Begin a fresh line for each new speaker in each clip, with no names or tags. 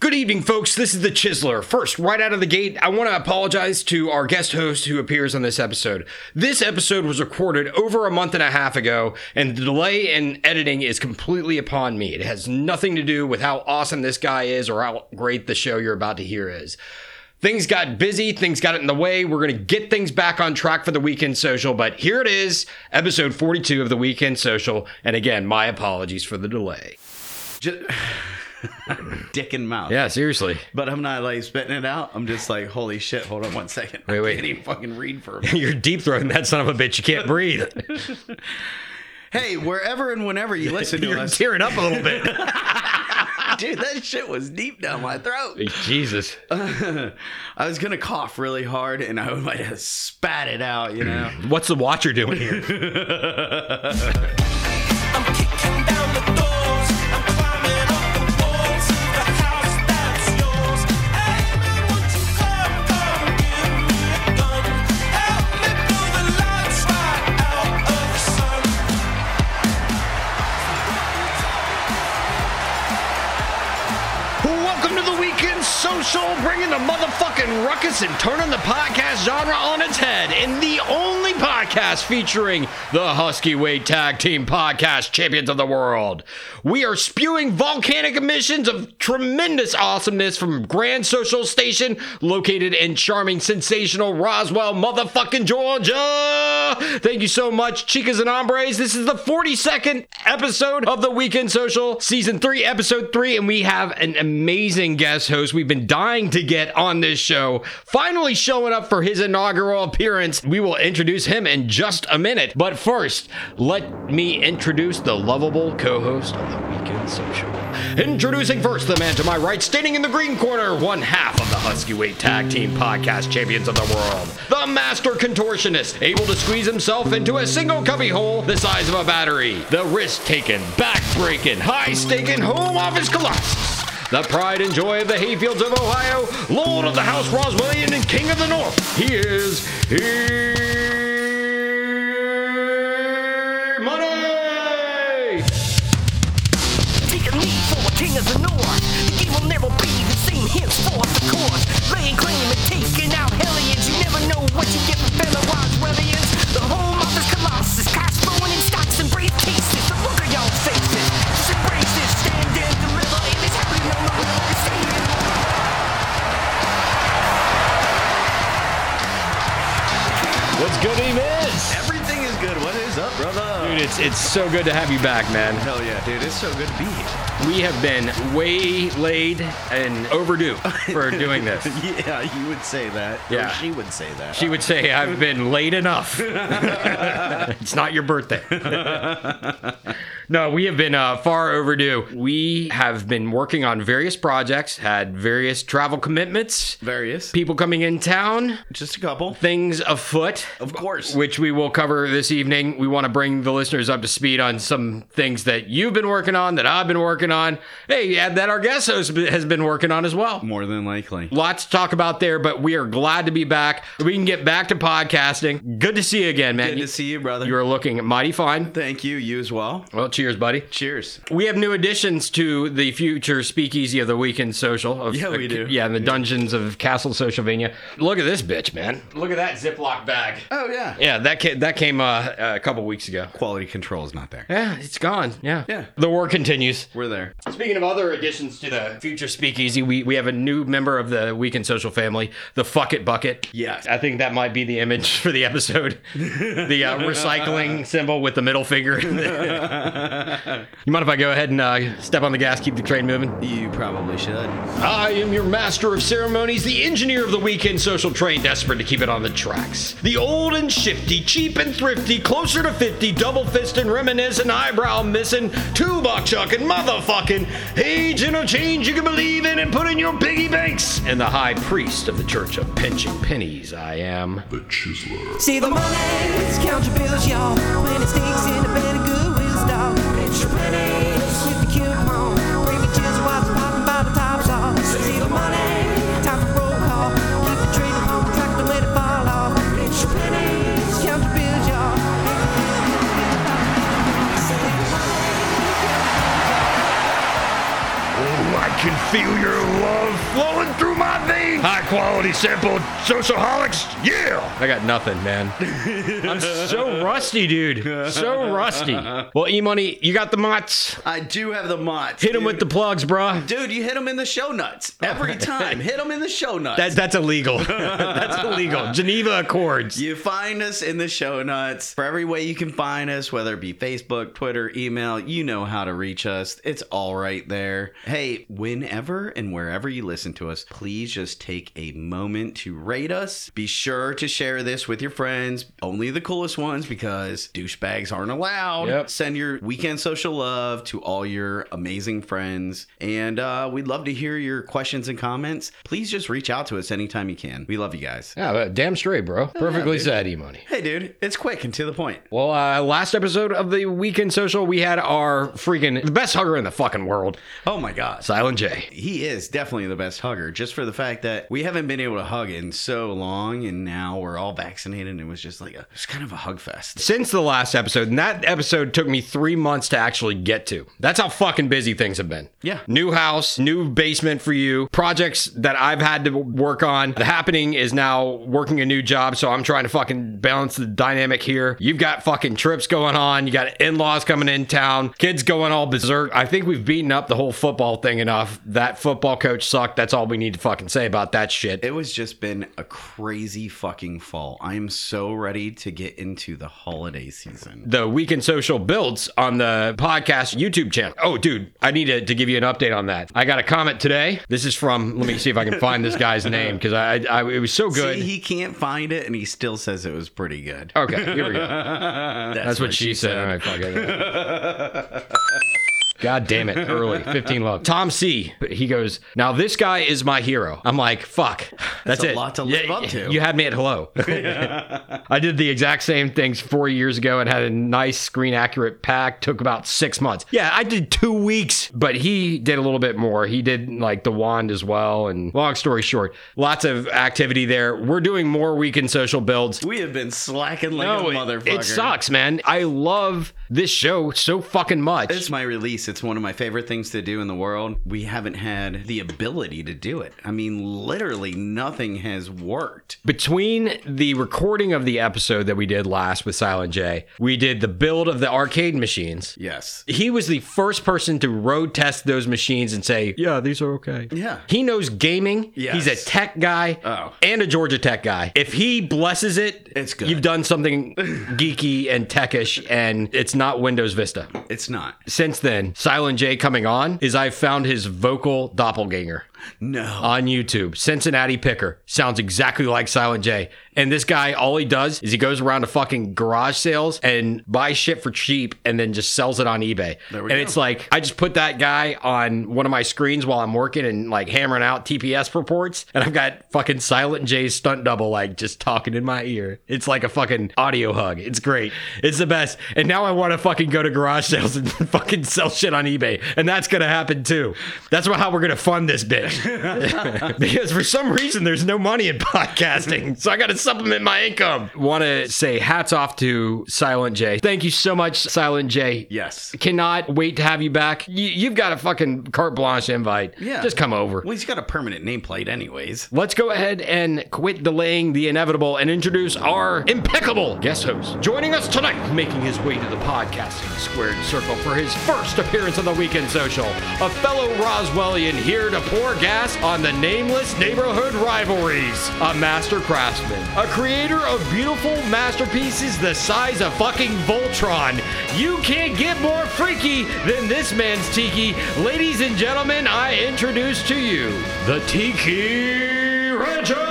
Good evening, folks. This is the Chiseler. First, right out of the gate, I want to apologize to our guest host who appears on this episode. This episode was recorded over a month and a half ago, and the delay in editing is completely upon me. It has nothing to do with how awesome this guy is or how great the show you're about to hear is. Things got busy, things got in the way. We're going to get things back on track for the weekend social, but here it is, episode 42 of the weekend social. And again, my apologies for the delay.
Just, dick and mouth.
Yeah, seriously.
But I'm not like spitting it out. I'm just like, holy shit, hold on one second.
Wait, wait.
I can't even fucking read for a minute.
You're deep throating that son of a bitch. You can't breathe.
Hey, wherever and whenever you listen to
You're
us.
tearing up a little bit.
Dude, that shit was deep down my throat.
Jesus.
I was gonna cough really hard and I might have spat it out, you know.
What's the watcher doing here?
I'm kicking down the doors, I'm climbing up the walls of the house that's yours. Hey, won't you come, come, give me a gun? Help me blow the lights right out of the sun.
Welcome to the weekend social, bringing the motherfucking ruckus and turning the podcast genre on its head. In the only podcast featuring the Husky Weight Tag Team Podcast Champions of the World. We are spewing volcanic emissions of tremendous awesomeness from Grand Social Station, located in charming, sensational Roswell, motherfucking Georgia. Thank you so much, chicas and hombres. This is the 42nd episode of the Weekend Social, season three, episode three, and we have an amazing guest host we've been dying to get on this show. Finally showing up for his inaugural appearance. We will introduce him in just a minute. But first, let me introduce the lovable co host of the Weekend Social. Introducing first the man to my right, standing in the green corner, one half of the Husky Weight Tag Team Podcast Champions of the World, the master contortionist, able to squeeze himself into a single cubbyhole the size of a battery, the risk taking, back breaking, high staking home office colossus. The pride and joy of the hayfields of Ohio, Lord of the House Roswellian and King of the North. He is here. Money!
Take a knee for a king of the north. The game will never be the same henceforth, of course. Laying claim and taking out hellions. You never know what you get from fellow Roswellians. The home office colossus, cash flowing in stocks and briefcases. The look of y'all faces. Just embrace this, stand and deliver. It is happening on the world. It's happening on the world.
What's good, Amos?
Everything is good. What is up, brother?
Dude, it's, it's so good to have you back, man.
Hell yeah, dude. It's so good to be here.
We have been way laid and overdue for doing this.
Yeah, you would say that.
Yeah.
Or she would say that.
She would say, I've been late enough. it's not your birthday. no, we have been uh, far overdue. We have been working on various projects, had various travel commitments,
various.
people coming in town,
Just a couple.
things afoot.
Of course.
Which we will cover this evening. We want to bring the listeners up to speed on some things that you've been working on, that I've been working on. Hey, and that our guest host has been working on as well.
More than likely.
Lots to talk about there, but we are glad to be back. We can get back to podcasting. Good to see you again, man.
Good to see you, brother.
You are looking mighty fine.
Thank you. You as well.
Well, cheers, buddy.
Cheers.
We have new additions to the future speakeasy of the weekend social. Of,
Yeah, we do.
Yeah, in the dungeons of Castle Socialvania. Look at this bitch, man. Look at that Ziploc bag.
Oh yeah.
Yeah, that came, that came uh, a couple weeks ago.
Quality control is not there.
Yeah, it's gone. Yeah.
Yeah.
The war continues.
We're there.
Speaking of other additions to the future speakeasy, we, we have a new member of the Weekend Social family, the Fuck It Bucket.
Yes.
I think that might be the image for the episode. the uh, recycling symbol with the middle finger. you mind if I go ahead and uh, step on the gas, keep the train moving?
You probably should.
I am your master of ceremonies, the engineer of the weekend social train, desperate to keep it on the tracks. The old and shifty, cheap and thrifty, closer to 50, double fist and reminiscent, eyebrow missing, two buck chucking, motherfucking, agent of change you can believe in and put in your piggy banks. And the high priest of the church of pinching pennies, I am.
See the money, count your bills, y'all. Plenty stinks in the bed of Goodwill store. It's your money, with the coupon. Baby chips, watch popping by the tops off. See the money, time for roll call. Keep the train on track, don't let it fall off. It's your money, count your bills, y'all.
I can feel your flowing through my veins. High quality sample socialics. Yeah. I got nothing, man. I'm so rusty, dude. So rusty. Well, E Money, you got the mutts.
I do have the mods.
Hit him
dude.
with the plugs, bruh.
Dude, you hit them in the show nuts every time. hit them in the show nuts.
That, that's illegal. that's illegal. Geneva Accords.
You find us in the show notes. For every way you can find us, whether it be Facebook, Twitter, email, you know how to reach us. It's all right there. Hey, whenever and wherever you listen to us, please just take a moment to rate us. Be sure to share this with your friends, only the coolest ones because douchebags aren't allowed.
Yep.
Send your weekend social love to all your amazing friends. And uh, we'd love to hear your questions and comments. Please just reach out to us anytime you can. We love you guys.
Yeah, uh, damn straight, bro. Perfectly
dude.
said, E Money.
Hey, dude, it's quick and to the point.
Well, uh, last episode of the Weekend Social, we had our freaking, the best hugger in the fucking world,
Oh my gosh.
Silent J.
He is definitely the best hugger, just for the fact that we haven't been able to hug in so long, and now we're all vaccinated, and it was just like a, it's kind of a hug fest.
since the last episode, and that episode took me three months to actually get to. That's how fucking busy things have been.
Yeah.
New house, new basement for you, projects that I've had to work on. The happening is now working a new job, so I'm trying to fucking balance the dynamic here. You've got fucking trips going on, you got in laws coming in town, kids going all berserk. I think we've beaten up the whole football thing enough. That football coach sucked. That's all we need to fucking say about that shit.
It was just been a crazy fucking fall. I am so ready to get into the holiday season.
the weekend social builds on the podcast YouTube channel. Oh, dude, I need to, to give you an update on that. I got a comment today. This is from, let me see if I can find this guy's name because I, I, it was so good.
See, he can't find it, and he still says it was pretty good.
okay, here we go. That's, what, she said. All right, fuck it. God damn it, early. 15 love. Tom C. He goes, Now this guy is my hero. I'm like, fuck. That's,
a
it.
lot to
Yeah,
live up to.
You had me at hello. I did the exact same things four years ago and had a nice screen accurate pack. Took about six months. Yeah, I did two weeks, but he did a little bit more. He did like the wand as well. And long story short, lots of activity there. We're doing more weekend social builds.
We have been slacking like
No,
a
it-
motherfucker.
It sucks, man. I love this show so fucking much.
It's my release. It's one of my favorite things to do in the world. We haven't had the ability to do it. I mean, literally nothing has worked.
Between the recording of the episode that we did last with Silent J, we did the build of the arcade machines.
Yes.
He was the first person to road test those machines and say, Yeah, these are okay.
Yeah.
He knows gaming.
Yes.
He's a tech guy
Oh.
and a Georgia Tech guy. If he blesses it,
It's good.
you've done something geeky and techish, and it's not Windows Vista.
It's not.
Since then, Silent J coming on is I found his vocal doppelganger
No.
on YouTube. Cincinnati Picker sounds exactly like Silent J. And this guy, all he does is he goes around to fucking garage sales and buys shit for cheap and then just sells it on eBay.
There we
and
go.
it's like, I just put that guy on one of my screens while I'm working and like hammering out TPS reports. And I've got fucking Silent J's stunt double like just talking in my ear. It's like a fucking audio hug. It's great. It's the best. And now I want to fucking go to garage sales and fucking sell shit on eBay. And that's going to happen too. That's how we're going to fund this bitch because for some reason there's no money in podcasting, so I got to supplement my income. Want to say hats off to Silent J. Thank you so much, Silent J.
yes.
Cannot wait to have you back. You, you've got a fucking carte blanche invite.
Yeah.
Just come over.
Well, he's got a permanent nameplate, anyways.
Let's go ahead and quit delaying the inevitable and introduce our impeccable guest host. Joining us tonight, making his way to the podcasting squared circle for his first appearance on the Weekend Social, a fellow Roswellian here to pour gas on the nameless neighborhood rivalries, a master craftsman, a creator of beautiful masterpieces the size of fucking Voltron. You can't get more freaky than this man's tiki. Ladies and gentlemen, I introduce to you the Tiki Rancher!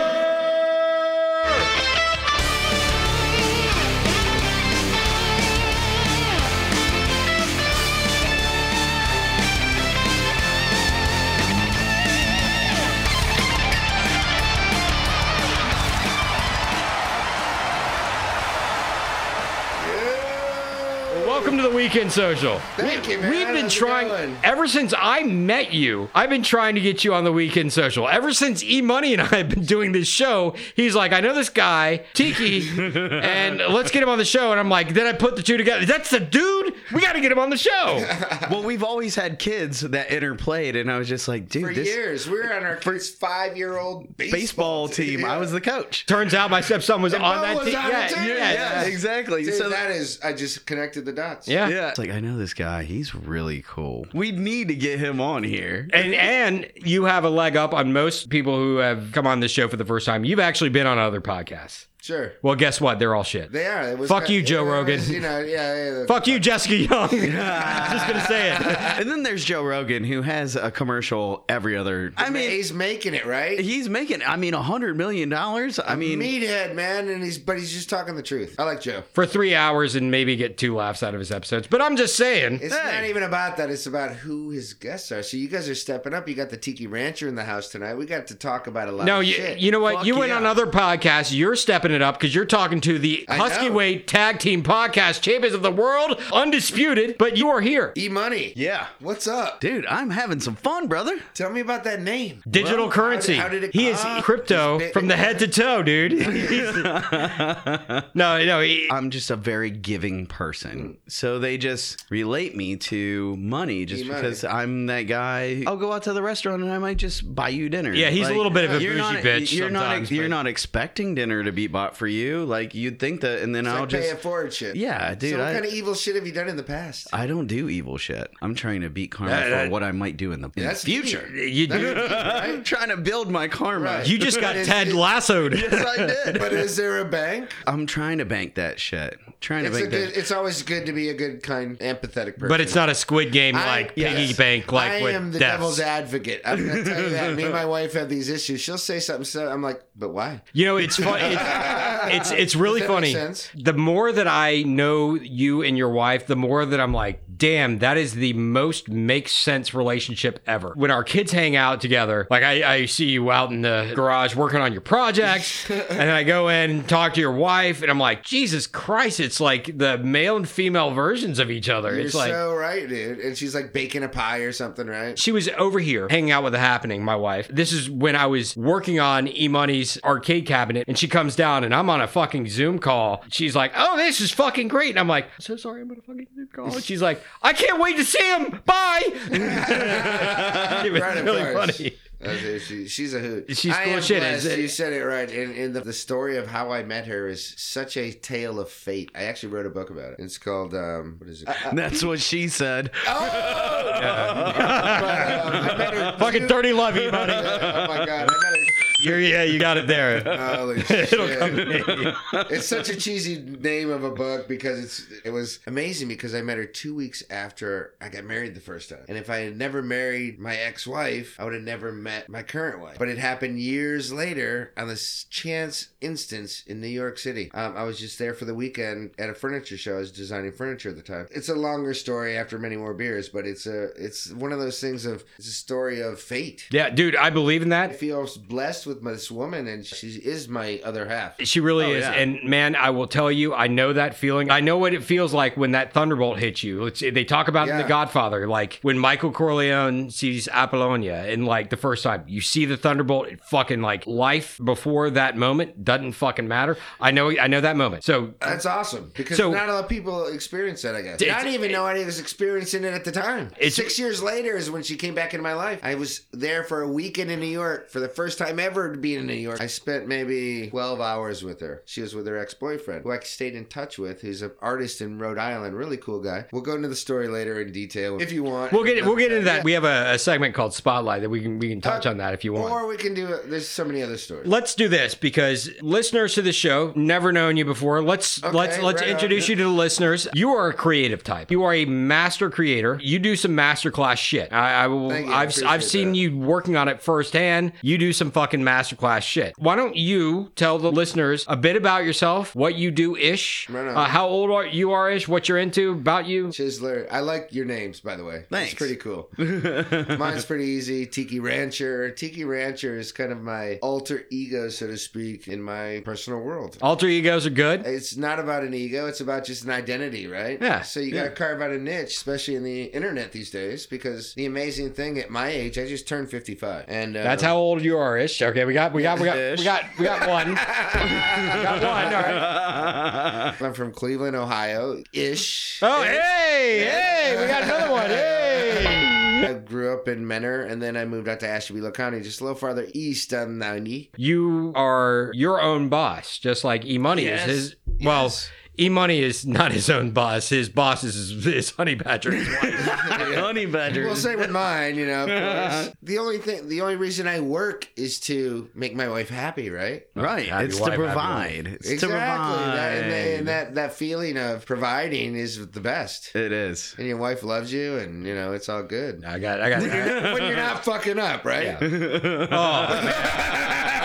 Welcome to the Weekend Social.
Thank you, man.
We've been
How's it
trying
going?
ever since I met you. I've been trying to get you on the Weekend Social. Ever since E Money and I have been doing this show, he's like, I know this guy, Tiki, and let's get him on the show. And I'm like, then I put the two together. That's the dude. We got to get him on the show.
well, we've always had kids that interplayed, and I was just like, dude,
For
this
years, we were on our first five-year-old
baseball team. I was the coach.
Turns out my stepson was on
Bo
that
was
team.
on the team,
Yeah, exactly.
Dude,
so that,
that is, I just connected the dots.
yeah.
yeah, it's like I know this guy. He's really cool. We need to get him on here.
And and you have a leg up on most people who have come on this show for the first time. You've actually been on other podcasts.
sure.
Well, guess what? They're all shit.
They are. It was
Fuck
kinda-
you, Joe
it was,
Rogan.
You know, yeah, yeah.
Fuck you, Jessica Young. Just gonna say it.
And then there's Joe Rogan, who has a commercial every other. I mean,
he's making it right.
he's making. I mean, a hundred million dollars. I mean,
meathead man, and he's but he's just talking the truth. I like Joe.
For three hours and maybe get two laughs out of his episodes. But I'm just saying.
It's
Hey.
not even about that. It's about who his guests are. So you guys are stepping up. You got the Tiki Rancher in the house tonight. We got to talk about a lot.
No,
of
you,
shit.
you know what?
Fuck
you went
yeah.
on other podcasts. You're stepping it up because you're talking to the
I
Husky
know.
Weight Tag Team Podcast Champions of the World, undisputed. But you are here.
E Money.
yeah,
What's up?
dude, I'm having some fun, brother.
Tell me about that name.
Digital
Well, how
currency.
did- how did it
he is
come?
crypto
He's-
from the head to toe, dude. He's- no, no. He,
I'm just a very giving person. So they just relate me to money just
money.
because I'm that guy. I'll go out to the restaurant and I might just buy you dinner.
Yeah, he's a little bit of a
you're
bougie
not, e-
bitch
You're not
sometimes,
you're
but-
not expecting dinner to be bought for you. Like you'd think that and then
It's
I'll
like
just
pay it forward shit.
Yeah, dude,
So what
I-
kind of evil shit have you done in the past?
I don't do evil shit. I'm trying to beat karma
That-
for
that-
what I might do in the, in the
That's
future.
you, you,
I'm trying to build my karma.
Right.
you just got
It-
Ted
it-
lassoed.
yes, I did.
But is there a bank?
I'm trying to bank that shit. Trying to
It's a
bank that.
good. It's always good to be a good, kind, empathetic person.
But it's not a Squid Game
I-
like
yes.
piggy bank like
I
with
am the
deaths.
devil's advocate. I'm gonna tell you that. Me and my wife have these issues. She'll say something, so I'm like, but why?
You know, it's fun. It's, it's it's really
Does that
funny.
make sense?
The more that I know you and your wife, the more that I'm like, damn, that is the most makes sense relationship ever. When our kids hang out together, like I, I see you out in the garage working on your projects, and then I go in and talk to your wife, and I'm like, Jesus Christ, it's like the male and female versions of each other.
You're
it's like
so right, dude. And she's like baking a pie or something, right?
she was over here hanging out with the happening my wife this is when i was working on e-money's arcade cabinet and she comes down and i'm on a fucking zoom call she's like oh this is fucking great and i'm like so sorry i'm on a fucking zoom call and she's like i can't wait to see him bye it was
Right at
really
first.
funny
That's it. She- she's a hoot.
She's
I
cool
am
as shit,
blessed.
is it?
You said it right. And, and the, the story of how I met her is such a tale of fate. I actually wrote a book about it. It's called, um, what is it?
That's what she said.
Oh! um, I met her
fucking
two-
dirty love e-money
Oh my God. I met her.
You're, yeah you got it there
Holy
It'll
Oh, shit.
come to me.
it's such a cheesy name of a book because it's it was amazing because I met her two weeks after I got married the first time. And if I had never married my ex-wife, I would have never met my current wife. But it happened years later on this chance instance in New York City. Um, I was just there for the weekend at a furniture show. I was designing furniture at the time. It's a longer story after many more beers, but it's a it's one of those things of it's a story of fate.
yeah dude i believe in
I
that
feel blessed with this woman, and she is my other half.
She really
Oh,
is.
yeah.
And man, I will tell you, I know that feeling. I know what it feels like when that thunderbolt hits you. It's, they talk about it in The
Yeah.
Godfather, like when Michael Corleone sees Apollonia, and like the first time you see the thunderbolt, it fucking like life before that moment doesn't fucking matter. I know, I know that moment. So
That's awesome because
So-
not a lot of people experience that. I guess
It's-
I didn't even know I was experiencing it at the time.
It's-
Six years later is when she came back into my life. I was there for a weekend in New York for the first time ever to be in New York. I spent maybe twelve hours with her. She was with her ex boyfriend, who I stayed in touch with, who's an artist in Rhode Island, really cool guy. We'll go into the story later in detail if you want.
we'll get we'll get into that.
Yeah.
We have a, a segment called Spotlight that we can we can touch
Uh,
on that if you want.
Or we can do. it. There's so many other stories.
Let's do this because listeners to the show never known you before. Let's
Okay,
let's let's
right on.
introduce you to the listeners. You are a creative type. You are a master creator. You do some masterclass shit. I, I will.
Thank you,
I've
appreciate
I've seen
that.
you working on it firsthand. You do some fucking masterclass shit. Why don't you tell the listeners a bit about yourself, what you do ish,
Right on.
uh, how old are you are ish, what you're into, about you.
Chisler. I like your names, by the way.
Thanks.
It's pretty cool. Mine's pretty easy. Tiki Rancher. Tiki Rancher is kind of my alter ego, so to speak, in my personal world.
Alter egos are good.
It's not about an ego. It's about just an identity, right?
Yeah,
So you got to carve out a niche, especially in the internet these days, because the amazing thing at my age, I just turned 55. And uh,
That's how old you are ish. Okay. Yeah, we got we got we got we
Ish.
got we got one. we got one. All right.
I'm from Cleveland, Ohio, ish.
Oh, hey, hey, we got another one. Hey.
I grew up in Menor, and then I moved out to Ashtabula County, just a little farther east on 90.
You are your own boss, just like E Money
Yes,
is. His well,
yes.
E Money is not his own boss. His boss is his, is Honey Badger's wife.
Honey badger.
Well, same with mine, you know. Of course. the only thing, the only reason I work is to make my wife happy, right?
right.
Happy
It's
wife,
to
happy wife.
provide. It's to provide.
That, and, that, and that that feeling of providing is the best.
it is.
And your wife loves you, and you know it's all good.
I got, I got.
when you're not fucking up, right?
Oh,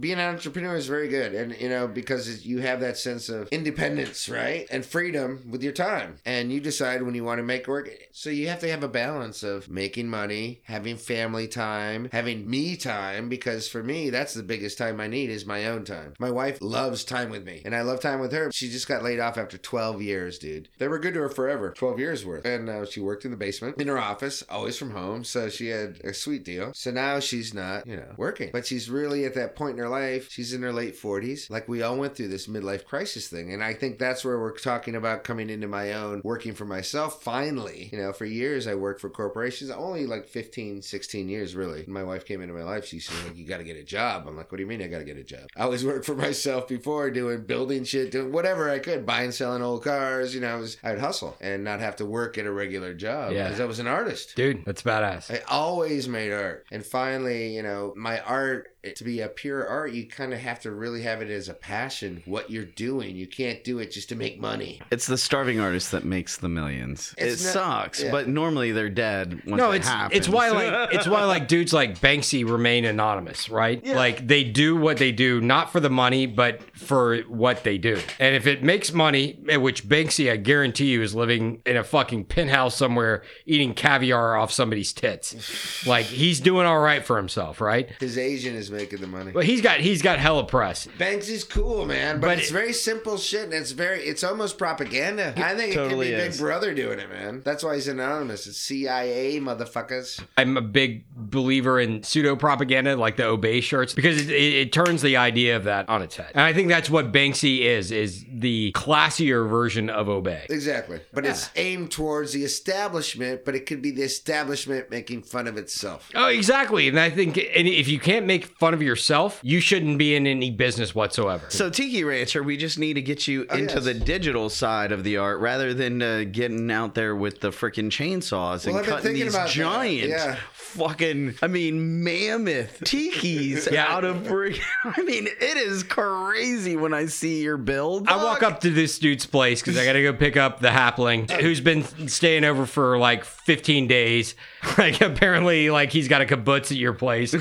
Being an entrepreneur is very good, and you know because it's- you have that sense of independence, right, and freedom with your time, and you decide when you want to make work. So you have to have a balance of making money, having family time, having me time, because for me that's the biggest time I need is my own time. My wife loves time with me, and I love time with her. She just got laid off after 12 years, dude. They were good to her forever, 12 years worth, and uh, she worked in the basement in her office, always from home. So she had a sweet deal. So now she's not, you know, working, but she's really at that point in her life. She's in her late 40s. Like we all went through this midlife crisis thing. And I think that's where we're talking about coming into my own, working for myself finally. You know, for years I worked for corporations, only like 15, 16 years really. My wife came into my life. She said, like, You got to get a job. I'm like, What do you mean I got to get a job? I always worked for myself before doing building shit, doing whatever I could, buying, selling old cars. You know, I was, I'd hustle and not have to work at a regular job
Yeah.
because I was an artist.
dude, that's badass.
I always made art. And finally, you know, my art, eh, to be a pure art, you kind of have to really have it as a passion, what you're doing. You can't do it just to make money.
It's the starving artist that makes the millions.
It's
it
not-
sucks,
yeah.
but normally they're dead once
no,
it
it's
happens.
it's why like it's why like dudes like Banksy remain anonymous, right? Like they do what they do not for the money, but for what they do. And if it makes money, eh, which Banksy I guarantee you is living in a fucking penthouse somewhere eating caviar off somebody's tits. like he's doing all right for himself, right?
His agent is making the money.
But he's got he's got hella press.
Banks is cool, man, but,
But
it's
it-
very simple shit, and it's very, it's almost propaganda. I think
totally
it could be
is.
Big Brother doing it, man. That's why he's anonymous. It's CIA motherfuckers.
I'm a big believer in pseudo propaganda, like the obey shirts, because it, it, it turns the idea of that on its head. And I think that's what Banksy is is the classier version of obey.
Exactly, but it's aimed towards the establishment, but it could be the establishment making fun of itself.
Oh, exactly. And I think and if you can't make fun of yourself, you shouldn't be in any business whatsoever.
So Tiki Rancher, we just need to get you into
Oh, yes.
the digital side of the art rather than uh, getting out there with the freaking chainsaws
Well, I've
and
been
cutting
thinking
these
about that.
giant,
Yeah.
fucking, I mean, mammoth tikis
Yeah.
out of freaking. I mean, it is crazy when I see your build.
I walk up to this dude's place because I got to go pick up the hapling who's been staying over for like 15 days. Like apparently, like he's got a kibbutz at your place.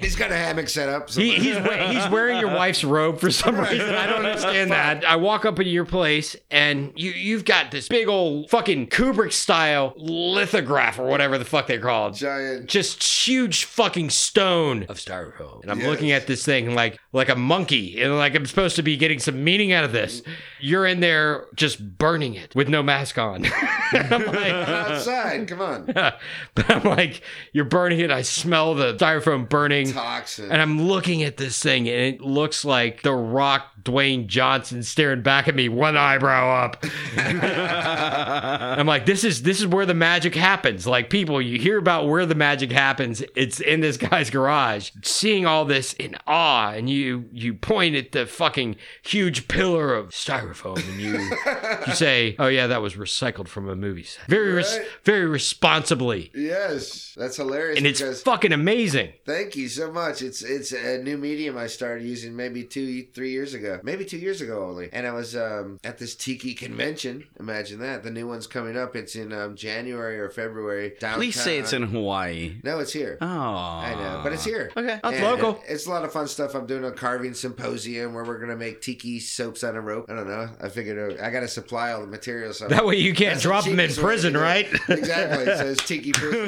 He's got a hammock set up.
He,
somewhere.
he's we- he's wearing your wife's robe for some reason. I don't understand that. I walk up into your place and you you've got this big old fucking Kubrick style lithograph or whatever the fuck they call it.
Giant.
Just huge fucking stone of styrofoam, and I'm
Yes.
looking at this thing like like a monkey, and like I'm supposed to be getting some meaning out of this. You're in there just burning it with no mask on. I'm like,
outside. Come on.
but I'm like, you're burning it. I smell the styrofoam burning.
Toxin.
And I'm looking at this thing, and it looks like The Rock Dwayne Johnson staring back at me, one eyebrow up. I'm like, this is this is where the magic happens. Like people, you hear about where the magic happens. It's in this guy's garage. Seeing all this in awe, and you you point at the fucking huge pillar of styrofoam, and you you say, oh yeah, that was recycled from a movie set. Very res-
Right.
very responsibly,
Yes, that's hilarious.
and it's
because
fucking amazing.
thank you so much. It's it's a new medium I started using maybe two three years ago, maybe two years ago only. And I was um, at this tiki convention. Imagine that. The new one's coming up. It's in um, January or February. Downtown.
Please say it's in Hawaii.
No, it's here.
Oh,
I know, but it's here.
Okay,
And
that's
local.
It's a lot of fun stuff. I'm doing a carving symposium where we're gonna make tiki soaps on a rope. I don't know. I figured uh, I gotta supply all the materials. so-
That way you can't
That's the
drop them in
cheapest way to
prison,
do it.
right?
exactly. So it's tiki prison.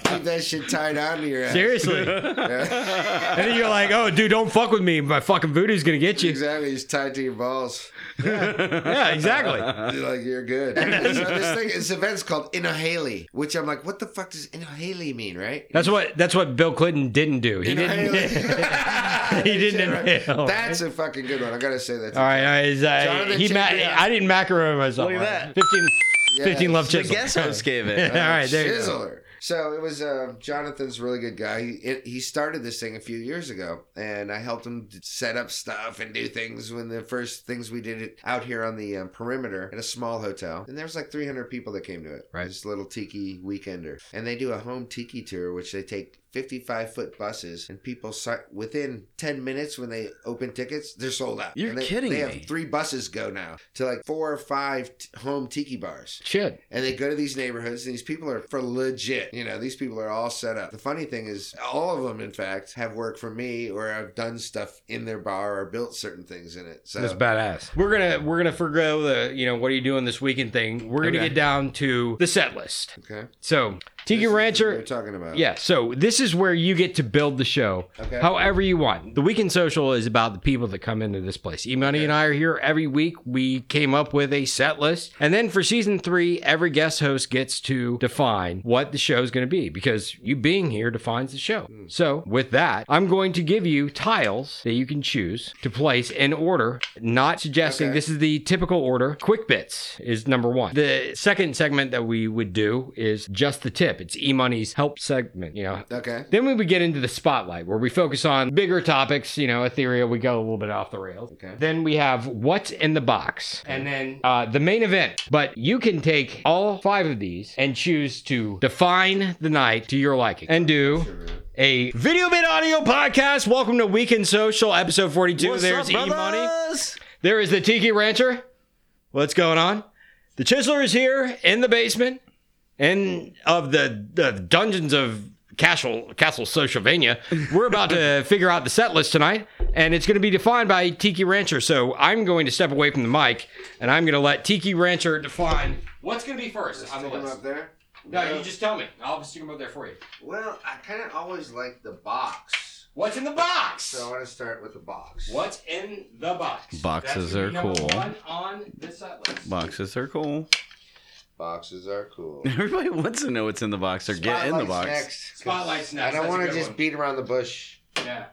Keep that shit tied onto your ass.
Seriously. and then you're like, oh, dude, don't fuck with me. My fucking voodoo's going to get you.
Exactly, it's tied to your balls.
Yeah, exactly.
You're like you're good. And so this thing, this event's called Inhale, which I'm like, what the fuck does Inhale mean, right?
That's what that's what Bill Clinton didn't do. He didn't. he didn't inhale.
That's a fucking good one. I gotta say that.
All right, all right. is, uh,
Jonathan
he ma-
checked it out.
I didn't macaroni myself.
Look at that.
15,
Yeah,
15 love
The
chisel.
guest host gave
all
it.
right, there you go.
Chiseler. So it was uh, Jonathan's a really good guy. He it, he started this thing a few years ago, and I helped him d- set up stuff and do things. When the first things we did it out here on the um, perimeter at a small hotel, and there was like 300 people that came to it.
Right.
this little tiki weekender, and they do a home tiki tour, which they take. 55 foot buses and people si- within 10 minutes when they open tickets they're sold out
You're
And they,
kidding
they
me.
have three buses go now to like four or five t- home tiki bars
Shit.
and they go to these neighborhoods, and these people are for legit. You know, these people are all set up. The funny thing is, all of them, in fact, have worked for me or have done stuff in their bar or built certain things in it. So
That's badass. We're gonna we're gonna forego the you know what are you doing this weekend thing. We're gonna
Okay.
get down to the set list.
Okay.
So Tiki Rancher
They're talking about.
Yeah, so this is where you get to build the show
Okay.
however you want. The Weekend Social is about the people that come into this place. E Money and I are here every week. We came up with a set list. And then for season three, every guest host gets to define what the show is going to be because you being here defines the show.
Hmm.
So with that, I'm going to give you tiles that you can choose to place in order, not suggesting
Okay.
this is the typical order. Quick bits is number one. The second segment that we would do is just the tip. It's E Money's help segment, you know.
Okay.
Then we would get into the spotlight where we focus on bigger topics, you know, ethereal. We go a little bit off the rails.
Okay.
Then we have what's in the box, and then uh, the main event. But you can take all five of these and choose to define the night to your liking and do a video bit audio podcast. Welcome to Weekend Social, episode forty-two. There's E Money. There is the Tiki Rancher. What's going on? The Chisler is here in the basement in of the, the dungeons of Castle Castle Socialvania. We're about to figure out the set list tonight, and it's going to be defined by Tiki Rancher. So I'm going to step away from the mic, and I'm going to let Tiki Rancher define what's going to be 1st on the
Stick 'em
list.
up there.
No, you just tell me. I'll stick them up there for you.
Well, I kind of always like the box,
What's in the box?
so I want to start with the box.
What's in the box?
Boxes
That's gonna be
are
number
cool.
One on the set list.
Boxes are cool.
Boxes are cool.
Everybody wants to know what's in the box or get in the
Spotlight's
box.
Next, 'cause
Spotlight's next,
I don't
that's a
want to
good
just
one.
beat around the bush.
Yeah.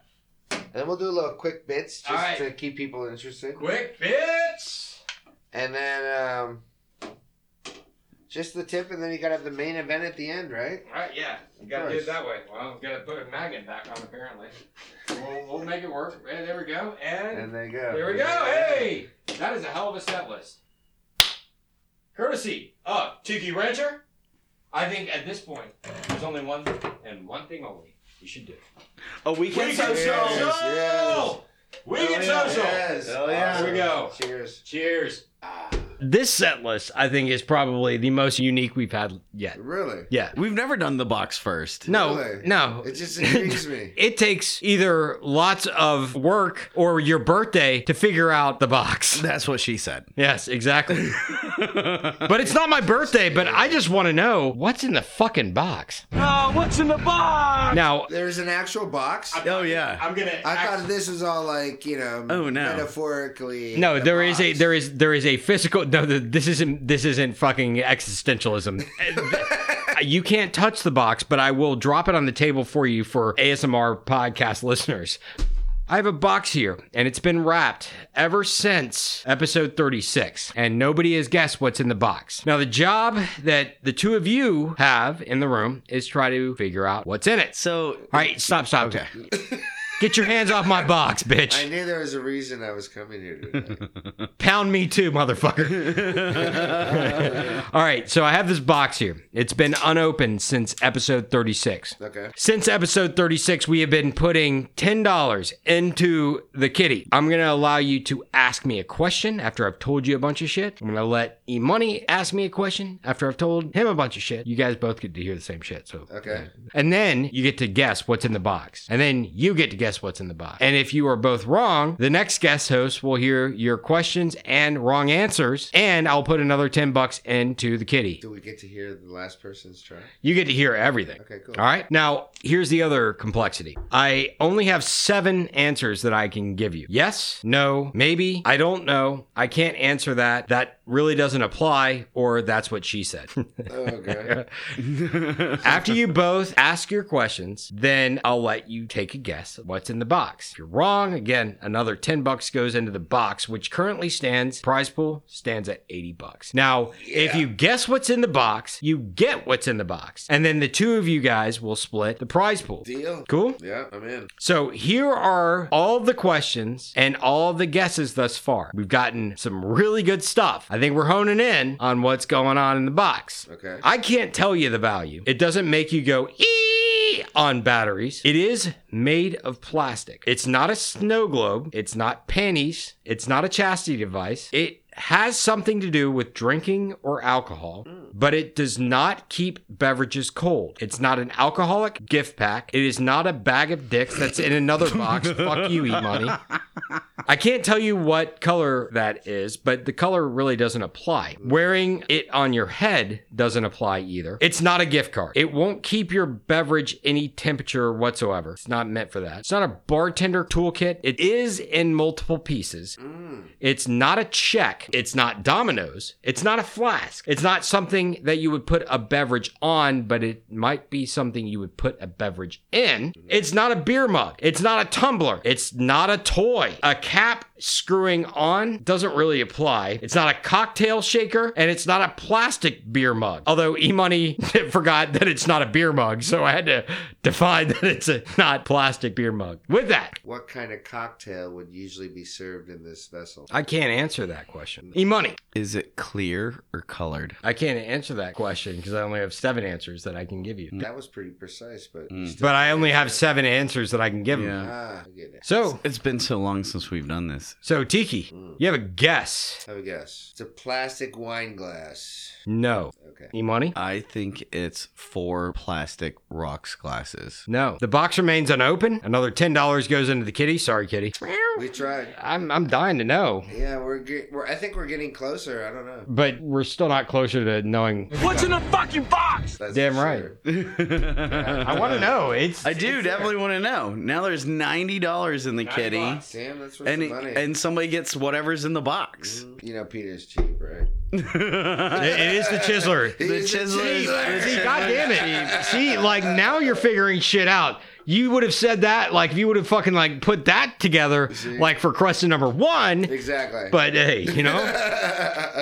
And then we'll do a little quick bits just
All right.
to keep people interested.
Quick bits.
And then um, just the tip, and then you gotta have the main event at the end, right?
All right, yeah. You gotta do it that way. Well, we gotta put a magnet back on apparently. We'll, we'll make it work. Hey, there we go. And,
And there you go.
there we go. Hey, that is a hell of a set list. Courtesy of Tiki Rancher. I think at this point, there's only one and one thing only you should do.
A weekend
Weekend social.
yes, yes.
Weekend social.
Yes.
Hell yeah.
Here we go.
Cheers.
Cheers. This set list, I think, is probably the most unique we've had yet.
Really?
Yeah.
We've never done the box first.
No,
Really?
no.
It just intrigues me.
It takes either lots of work or your birthday to figure out the box.
That's what she said.
Yes, exactly. but it's not my birthday, but I just want to know what's in the fucking box. Oh, what's in the
Uh,
box? Now,
There's an actual box. I,
Oh yeah.
gonna.
thought this was all like you know.
Oh, no.
Metaphorically.
no,
the
there is a
box.
there is there is a physical. No, th- this isn't this isn't fucking existentialism. Uh, you can't touch the box, but I will drop it on the table for you for ASMR podcast listeners. I have a box here, and it's been wrapped ever since episode 36, and nobody has guessed what's in the box. Now, the job that the two of you have in the room is try to figure out what's in it.
So
All right, stop, stop. Okay. Get your hands off my box, bitch.
I knew there was a reason I was coming here today.
Pound me too, motherfucker. All right, so I have this box here. It's been unopened since episode 36.
Okay.
Since episode 36, we have been putting $10 into the kitty. I'm going to allow you to ask me a question after I've told you a bunch of shit. I'm going to let E Money ask me a question after I've told him a bunch of shit. You guys both get to hear the same shit. So
Okay.
and then you get to guess what's in the box. And then you get to guess guess what's in the box. And if you are both wrong, the next guest host will hear your questions and wrong answers, and I'll put another 10 bucks into the kitty.
Do we get to hear the last person's try?
You get to hear everything.
Okay, cool.
All right. Now, here's the other complexity. I only have seven answers that I can give you yes, no, maybe, I don't know, I can't answer that, that really doesn't apply, or that's what she said.
Oh, Okay.
After you both ask your questions, then I'll let you take a guess at what's in the box. If you're wrong, again, another 10 bucks goes into the box, which currently stands, prize pool stands at 80 bucks. Now, if you guess what's in the box, you get what's in the box. And then the two of you guys will split the prize pool.
Deal.
Cool?
Yeah, I'm in.
So here are all the questions and all the guesses thus far. We've gotten some really good stuff. I think we're honing in on what's going on in the box.
Okay.
I can't tell you the value. It doesn't make you go ee on batteries. It is made of plastic. It's not a snow globe. It's not panties. It's not a chastity device. It has something to do with drinking or alcohol, but it does not keep beverages cold. It's not an alcoholic gift pack. It is not a bag of dicks that's in another box. Fuck you, E money. I can't tell you what color that is, but the color really doesn't apply. Wearing it on your head doesn't apply either. It's not a gift card. It won't keep your beverage any temperature whatsoever. It's not meant for that. It's not a bartender toolkit. It is in multiple pieces. It's not a check. It's not dominoes. It's not a flask. It's not something that you would put a beverage on, but it might be something you would put a beverage in. It's not a beer mug. It's not a tumbler. It's not a toy. A cap screwing on doesn't really apply. It's not a cocktail shaker and it's not a plastic beer mug. Although E-Money forgot that it's not a beer mug, so I had to define that it's a not plastic beer mug. With that,
What kind of cocktail would usually be served in this vessel?
I can't answer that question. E-Money.
Is it clear or colored?
I can't answer that question because I only have seven answers that I can give
Mm.
you.
That was pretty precise, but
Mm. But I only have seven answers that I can give them.
Yeah.
ah, I get it.
So,
It's been so long since we've done this.
so Tiki,
Mm.
you have a guess?
Have a guess. It's a plastic wine glass.
No.
Okay.
Imani?
I think it's four plastic rocks glasses.
No. The box remains unopened. Another ten dollars goes into the kitty. Sorry, kitty.
We tried.
I'm I'm dying to know,
Yeah, we're, get, we're. I think we're getting closer. I don't know.
but we're still not closer to knowing.
What's in the fucking box?
That's
Damn
for
right.
sure.
I want to know. It's
I do definitely want to know. Now there's ninety dollars in the kitty,
Damn, that's worth
and
the
it,
money.
and somebody gets whatever's in the box.
Mm-hmm.
you know, Peter's cheap, right?
it it is the chiseler.
The
He's a
chisel is
chiseler.
the
See,
chisel
God damn
is cheap.
it. See, like now you're figuring shit out. You would have said that, like if you would have fucking like put that together, like for question number one.
Exactly.
But hey, you know,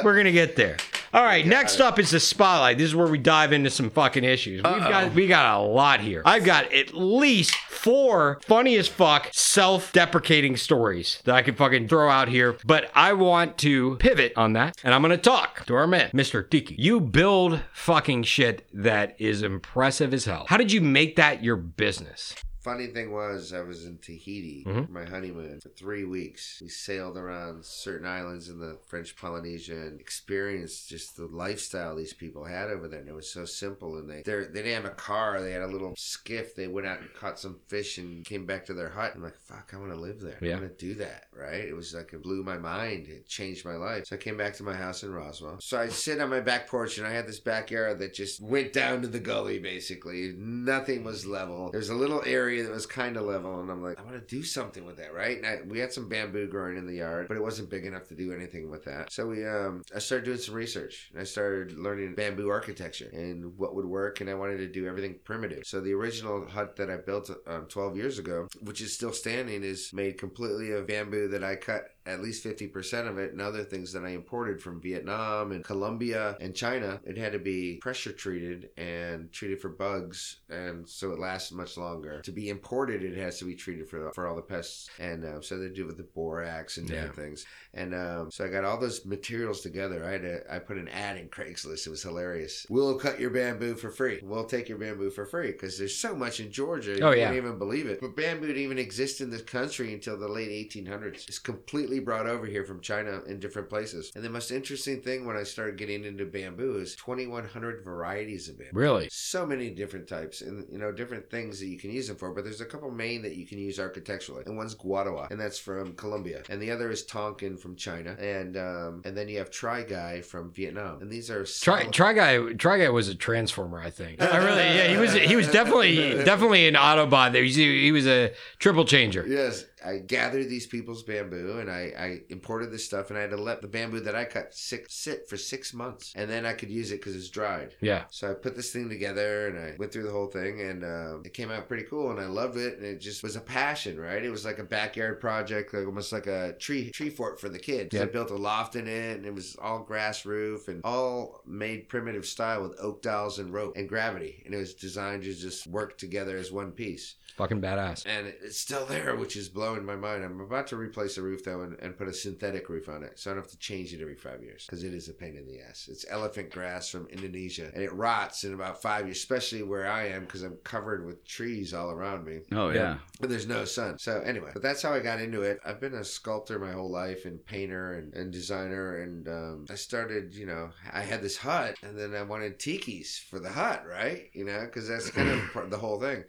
we're gonna get there. All right, next up is the spotlight. This is where we dive into some fucking issues. We've got we got a lot here. I've got at least four funny as fuck self-deprecating stories that I can fucking throw out here, but I want to pivot on that and I'm gonna talk to our man, Mr. Tiki. You build fucking shit that is impressive as hell. How did you make that your business?
Funny thing was, I was in Tahiti for my honeymoon for three weeks. We sailed around certain islands in the French Polynesia and experienced just the lifestyle these people had over there. And it was so simple. And they they're- they didn't have a car. They had a little skiff. They went out and caught some fish and came back to their hut. I'm like, fuck, I want to live there.
Yeah.
I want to do that. Right? It was like it blew my mind. It changed my life. So I came back to my house in Roswell. So I sit on my back porch and I had this backyard that just went down to the gully basically. Nothing was level. There's a little area that was kind of level, and I'm like, I want to do something with that, right? And I, we had some bamboo growing in the yard, but it wasn't big enough to do anything with that. So we, um, I started doing some research and I started learning bamboo architecture and what would work. And I wanted to do everything primitive. So the original hut that I built um, 12 years ago, which is still standing, is made completely of bamboo that I cut at least 50% of it and other things that I imported from Vietnam and Colombia and China. It had to be pressure treated and treated for bugs, and so it lasted much longer. To be imported, it has to be treated for, for all the pests, and um, so they do with the borax and different things. And um, so I got all those materials together. I had a, I put an ad in Craigslist. It was hilarious. We'll cut your bamboo for free. We'll take your bamboo for free because there's so much in Georgia. You
Oh, yeah.
can't even believe it. But bamboo didn't even exist in this country until the late 1800s. It's completely completely brought over here from China in different places. And the most interesting thing when I started getting into bamboo is 2,100 varieties of bamboo.
Really?
So many different types and, you know, different things that you can use them for. But there's a couple main that you can use architecturally. And one's Guadawa, and that's from Colombia. And the other is Tonkin from China. And um, and then you have Tri Guy from Vietnam. And these are
Oh.
Try
solid-
Try Guy Try Guy was a transformer, I think. I Oh, really yeah, he was he was definitely definitely an Autobot. He was, he was a triple changer.
Yes, I gathered these people's bamboo and I, I imported this stuff and I had to let the bamboo that I cut six, sit for six months and then I could use it because it's dried.
Yeah.
So I put this thing together and I went through the whole thing and um, it came out pretty cool and I loved it and it just was a passion, right? It was like a backyard project, like almost like a tree tree fort for the kids. 'Cause I
Yep.
built a loft in it and it was all grass roof and all made primitive style with oak dowels and rope and gravity and it was designed to just work together as one piece
Fucking badass.
and it's still there, which is blowing my mind. I'm about to replace the roof though and, and put a synthetic roof on it, so I don't have to change it every five years because it is a pain in the ass. It's elephant grass from Indonesia, and it rots in about five years, especially where I am because I'm covered with trees all around me.
Oh yeah.
But there's no sun. So anyway, but that's how I got into it. I've been a sculptor my whole life and painter and, and designer. And um, I started, you know, I had this hut and then I wanted tikis for the hut, right? You know, because that's kind of part, the whole thing.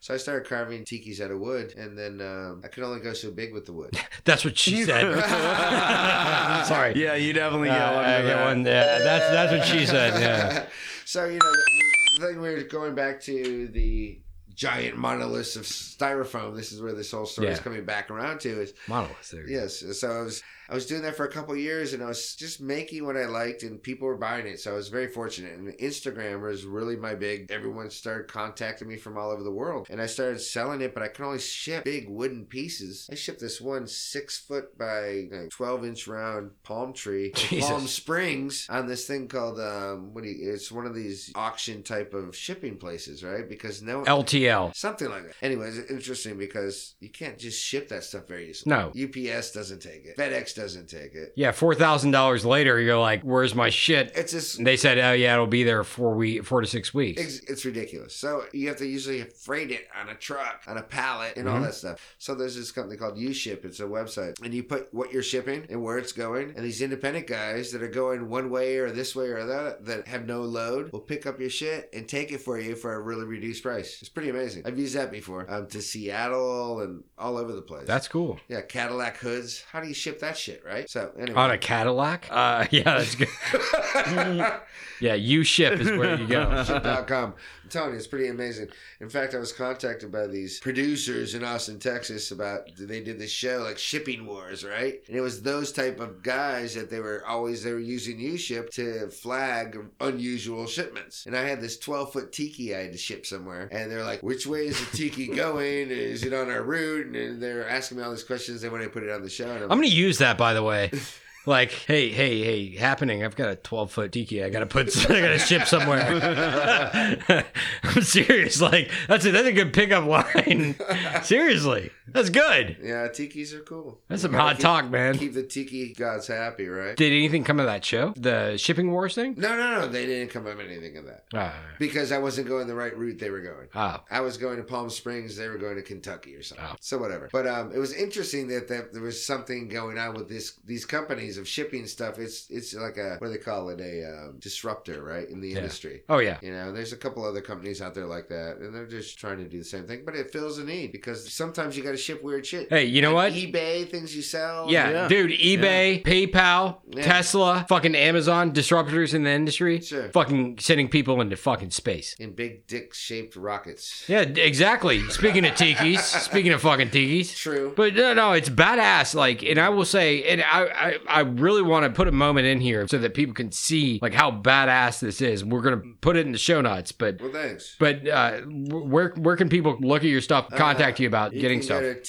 So I started carving tikis out of wood, and then um, I could only go so big with the wood.
That's what she said. Ah, Sorry.
Yeah, you definitely
Uh,
got one.
I
for
get
that.
one. Yeah, that's that's what she said. Yeah.
so you know, the, the thing we were going back to the giant monoliths of styrofoam. This is where this whole story is
Yeah.
coming back around to. Is
Monolith. There. Yeah.
Yes, uh, so I was I was doing that for a couple of years, and I was just making what I liked, and people were buying it. So I was very fortunate. And Instagram was really my big. Everyone started contacting me from all over the world, and I started selling it. But I could only ship big wooden pieces. I shipped this one six foot by like, twelve inch round palm tree, in
Jesus.
Palm Springs, on this thing called um, what do you? It's one of these auction type of shipping places, right? Because
Oh,
no
LTL.
Something like that. Anyways, it's interesting because you can't just ship that stuff very easily.
No.
UPS doesn't take it. FedEx doesn't take it.
Yeah. Four thousand dollars later, you're like, "Where's my shit?"
It's just
And they said, "Oh yeah, it'll be there four week, four to six weeks."
It's, it's ridiculous. So you have to usually freight it on a truck, on a pallet, and all that stuff. So there's this company called UShip. It's a website, and you put what you're shipping and where it's going. And these independent guys that are going one way or this way or that that have no load will pick up your shit and take it for you for a really reduced price. It's pretty amazing. I've used that before um, to Seattle and all over the place.
That's cool.
Yeah, Cadillac hoods. How do you ship that shit, right? So anyway,
On a Cadillac? Uh, yeah, that's good. yeah, you ship is where you go.
com. I'm telling you, it's pretty amazing. In fact, I was contacted by these producers in Austin, Texas, about they did this show like Shipping Wars, right? And it was those type of guys that they were always they were using UShip to flag unusual shipments. And I had this 12 foot tiki I had to ship somewhere, and they're like, "Which way is the tiki going? Is it on our route?" And they're asking me all these questions. They want to put it on the show. And I'm
I'm gonna use that, by the way. Like, hey, hey, hey, happening. I've got a 12 foot tiki. I gotta put. I gotta ship somewhere. I'm serious. Like, that's a, that's a good pickup line. Seriously, that's good.
Yeah, tikis are cool.
That's some
You gotta
hot
keep-
talk, man.
Keep the tiki gods happy, right?
Did anything come of that show? The shipping wars thing?
No, no, no. They didn't come up with anything of that
Uh,
because I wasn't going the right route they were going.
oh,
I was going to Palm Springs. They were going to Kentucky or something.
Oh.
So whatever. But um, it was interesting that, that there was something going on with this these companies of shipping stuff. It's it's like a what do they call it a um, disruptor, right, in the industry.
oh yeah.
You know, there's a couple other companies out there like that, and they're just trying to do the same thing. But it fills a need because sometimes you got to ship weird shit.
Hey, you know what?
eBay things you sell.
Yeah,
Yeah.
dude, eBay, PayPal,
Yeah.
Tesla, fucking Amazon, disruptors in the industry,
Sure.
fucking sending people into fucking space.
in big dick shaped rockets.
Yeah, d- exactly. Speaking of tikis, speaking of fucking tikis.
True.
But no, no, it's badass. Like, and I will say, and I, I, I really want to put a moment in here so that people can see like how badass this is. We're gonna put it in the show notes, but,
well, thanks.
but uh, w- where, where can people look at your stuff, contact you about
Uh, You
getting
can
stuff?
go to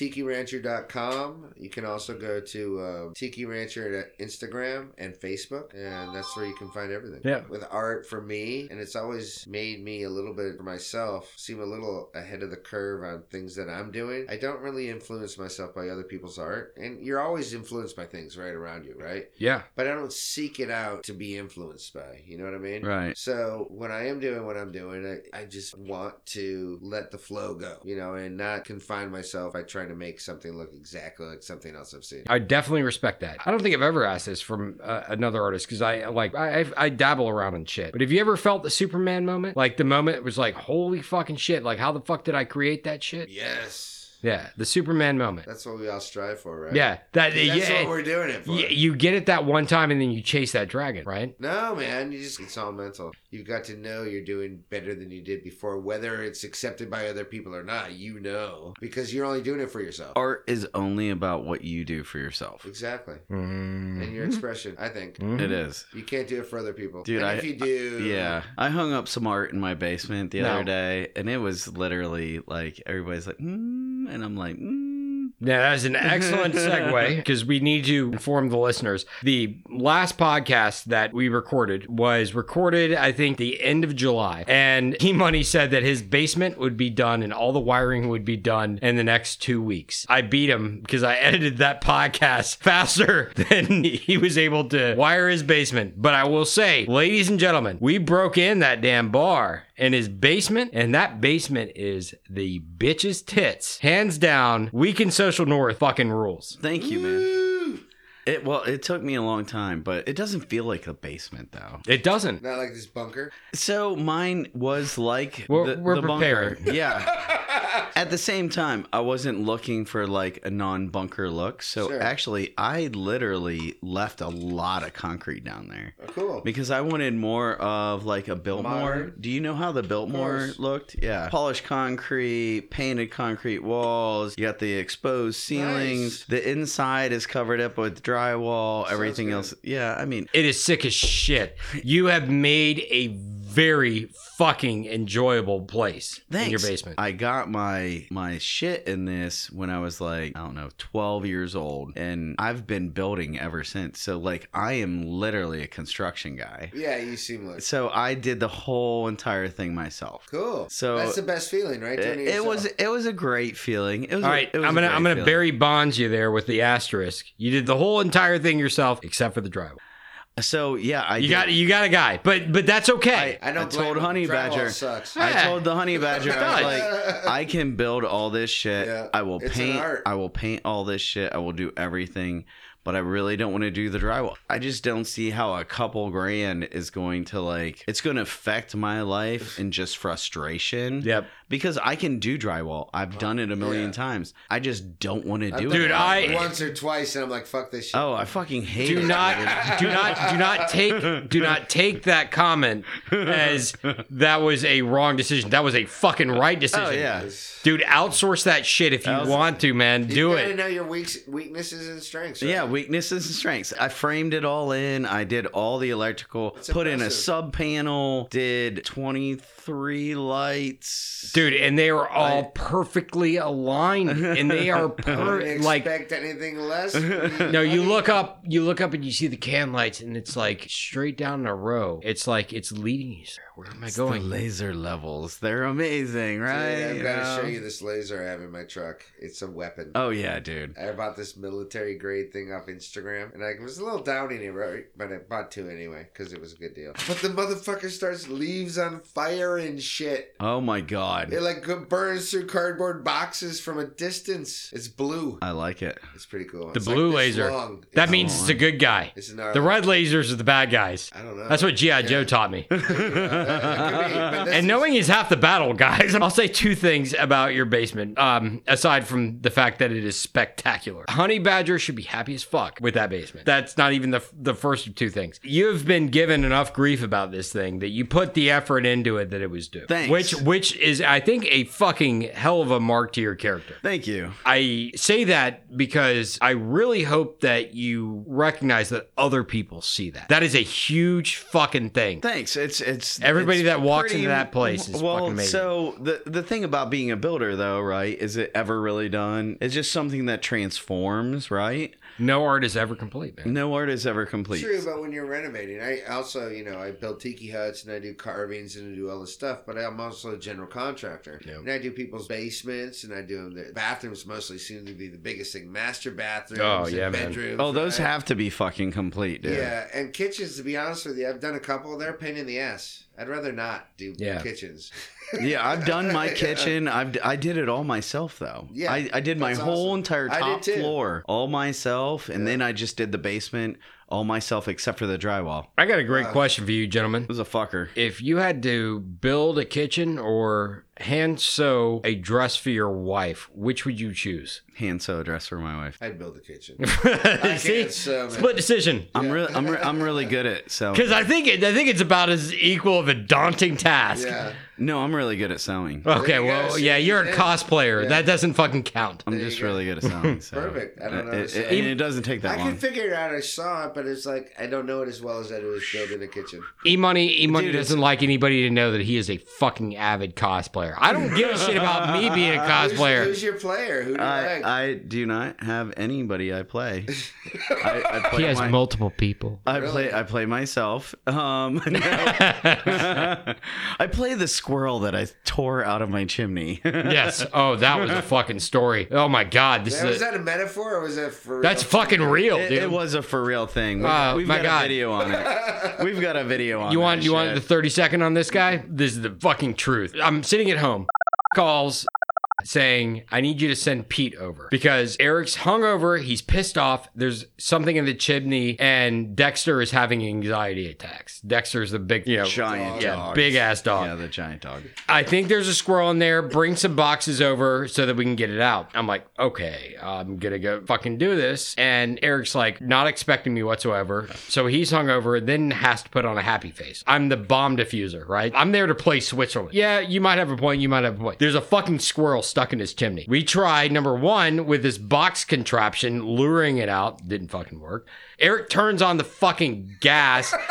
tikirancher.com. You can also go to um, Tiki Rancher at Instagram and Facebook, and that's where you can find everything.
Yeah.
With art for me, and it's always made me a little bit for myself seem a little ahead of the curve on things that I'm doing. I don't really influence myself by other people's art, and you're always influenced by things right around you, right?
Yeah,
but I don't seek it out to be influenced by. You know what I mean?
Right.
So when I am doing what I'm doing, I, I just want to let the flow go, you know, and not confine myself by like trying to make something look exactly like something else I've seen.
I definitely respect that. I don't think I've ever asked this from uh, another artist because I like I, I I dabble around in shit. But have you ever felt the Superman moment? Like the moment was like, holy fucking shit! Like how the fuck did I create that shit?
Yes.
Yeah, the Superman moment.
That's what we all strive for, right?
Yeah, that
That's
yeah,
what we're doing it for.
yeah. You get it that one time and then you chase that dragon, right?
No, man, you just it's all mental. You've got to know you're doing better than you did before, whether it's accepted by other people or not. You know, because you're only doing it for yourself.
Art is only about what you do for yourself.
Mm-hmm.
Exactly,
Mm-hmm.
and your expression. I think
It is.
you can't do it for other people.
Dude,
and
I-
if you do,
Yeah. I hung up some art in my basement the
No.
other day, and it was literally like everybody's like, mm, and I'm like, mm.
Yeah, that is an excellent segue because we need to inform the listeners. The last podcast that we recorded was recorded, I think, the end of July. And Key Money said that his basement would be done and all the wiring would be done in the next two weeks. I beat him because I edited that podcast faster than he was able to wire his basement. But I will say, ladies and gentlemen, we broke in that damn bar in his basement, and that basement is the bitch's tits. Hands down, weak in social north fucking rules.
Thank you, man. It well, it took me a long time, but it doesn't feel like a basement though.
It doesn't.
not like this bunker.
So mine was like
We're-
the,
we're
the bunker.
prepared.
Yeah. At the same time, I wasn't looking for like a non-bunker look. So
Sure.
actually, I literally left a lot of concrete down there.
Oh, cool.
Because I wanted more of like a Biltmore.
Modern.
Do you know how the Biltmore
course.
looked? Yeah. Polished concrete, painted concrete walls. You got the exposed ceilings.
Nice.
The inside is covered up with drywall. everything
good.
else. Yeah. I mean,
It is sick as shit. You have made a very fucking enjoyable place
thanks.
in your basement.
I got my my shit in this when I was like I don't know 12 years old, and I've been building ever since. So like I am literally a construction guy.
yeah, you seem like
So I did the whole entire thing myself.
cool.
So-
that's the best feeling, right?
it,
Doing
it
yourself.
was it was a great feeling. It was
all right,
it was
I'm
a
gonna
great
I'm gonna
feeling.
bury bonds you there with the asterisk. You did the whole entire thing yourself, except for the drywall.
So yeah, I
You
did-
got you got a guy, but but that's okay.
I don't
I told
blame
Honey
him. Drywall
Badger.
sucks.
I told the honey badger, I was
does.
like, I can build all this shit.
Yeah,
I will
it's an
paint.
art.
I will paint all this shit. I will do everything, but I really don't want to do the drywall. I just don't see how a couple grand is going to like. It's going to affect my life and just frustration.
Yep.
Because I can do drywall. I've done it a million
Yeah.
times. I just don't want to do it.
Dude, I-
once or twice, and I'm like, fuck this shit.
Oh, I fucking hate it.
do not do not do not take do not take that comment as that was a wrong decision. That was a fucking right decision.
Oh yeah.
Dude, outsource that shit if you want to, man. Do
you
it.
Gotta know your weaks, weaknesses and strengths. Right?
Yeah, weaknesses and strengths. I framed it all in. I did all the electrical, put in a
impressive.
sub panel, did 23 lights.
Dude, and they are all perfectly aligned and they are per-
Didn't
like
expect anything less.
no, you look up, you look up, and you see the can lights, and it's like straight down in a row. It's like it's leading you. somewhere. Where am I
The
going?
laser levels. They're amazing, right?
Dude, I've got
know?
to show you this laser I have in my truck. It's a weapon.
Oh, yeah, dude.
I bought this military grade thing off Instagram, and I it was a little downing it, right? But I bought two anyway because it was a good deal. But the motherfucker starts leaves on fire and shit.
Oh, my God.
It like go- burns through cardboard boxes from a distance. It's blue.
I like it.
It's pretty cool.
The
It's
blue
like this
laser.
long.
That
It's-
means it's a good guy.
It's gnarly.
The red lasers are the bad guys.
I don't know.
That's what GI Joe taught me. and
and
knowing he's half the battle, guys, I'll say two things about your basement. Um, aside from the fact that it is spectacular, Honey Badger should be happy as fuck with that basement. That's not even the the first of two things. You have been given enough grief about this thing that you put the effort into it that it was due.
Thanks.
Which which is I think a fucking hell of a mark to your character.
Thank you.
I say that because I really hope that you recognize that other people see that. That is a huge fucking thing.
Thanks. It's it's
Everybody
it's
that walks into that place is
well.
fucking amazing.
So the the thing about being a builder, though, right? Is it ever really done? It's just something that transforms, right?
No art is ever complete, man.
No art is ever complete.
True, but when you're renovating, I also, you know, I build tiki huts and I do carvings and I do all this stuff, but I'm also a general instructor.
Yep.
And I do people's basements and I do the bathrooms mostly seem to be the biggest thing. Master bathrooms.
Oh,
and
yeah, man.
bedrooms,
Oh, those
right?
have to be fucking complete, dude.
Yeah, and kitchens. To be honest with you, I've done a couple. They're a pain in the ass. I'd rather not do
Yeah.
kitchens.
Yeah, I've done my kitchen. I've I did it all myself though.
Yeah,
I, I did my
that's
whole
awesome.
entire
I did
top
too.
floor all myself, and then I just did the basement all myself except for the drywall.
I got a
Uh,
great question for you, gentlemen.
It was a fucker.
If you had to build a kitchen or hand sew a dress for your wife, which would you choose?
Hand sew a dress for my wife.
I'd build a kitchen.
See,
can't sew, man.
split decision.
I'm really I'm, re- I'm really good at sewing.
Because I think it, I think it's about as equal of a daunting task.
Yeah,
No, I'm really good at sewing.
Okay,
There you go.
well,
See,
yeah, you're a
yeah.
cosplayer. That doesn't fucking count.
I'm just really good at sewing. So. uh,
Perfect. I don't know.
It,
So-
it- and it doesn't take
I
that
could
long.
figure it out. I saw it, but it's like I don't know it as well as I was building a kitchen.
E money, e money
Dude, it's-
doesn't like anybody to know that he is a fucking avid cosplayer. I don't give a shit about me being a
Who's,
cosplayer.
who's your player? Who do you
I,
like?
I do not have anybody I play. I, I play
He has
my-
multiple people.
I play I play myself. Um, no. I play the squirrel that I tore out of my chimney.
Yes. Oh, that was a fucking story. Oh my god, this
That- was
is a,
that a metaphor or was that for
that's
real?
fucking real,
It,
dude.
it was a for real thing. We've,
Oh,
we've
my
got
God.
a video on it. We've got a video on.
You
that
want you want the
shit.
thirty second on this guy? This is the fucking truth. I'm sitting at home, calls saying, I need you to send Pete over. Because Eric's hungover, he's pissed off. There's something in the chimney, and Dexter is having anxiety attacks. Dexter's the big you know,
giant
yeah,
dog.
big ass dog.
Yeah, the giant dog.
I think there's a squirrel in there. Bring some boxes over so that we can get it out. I'm like, okay, I'm gonna go fucking do this. And Eric's like, not expecting me whatsoever. So he's hungover, then has to put on a happy face. I'm the bomb diffuser, right? I'm there to play Switzerland. Yeah, you might have a point. You might have a point. There's a fucking squirrel stuck in his chimney. We tried number one with this box contraption, luring it out. Didn't fucking work. Eric turns on the fucking gas.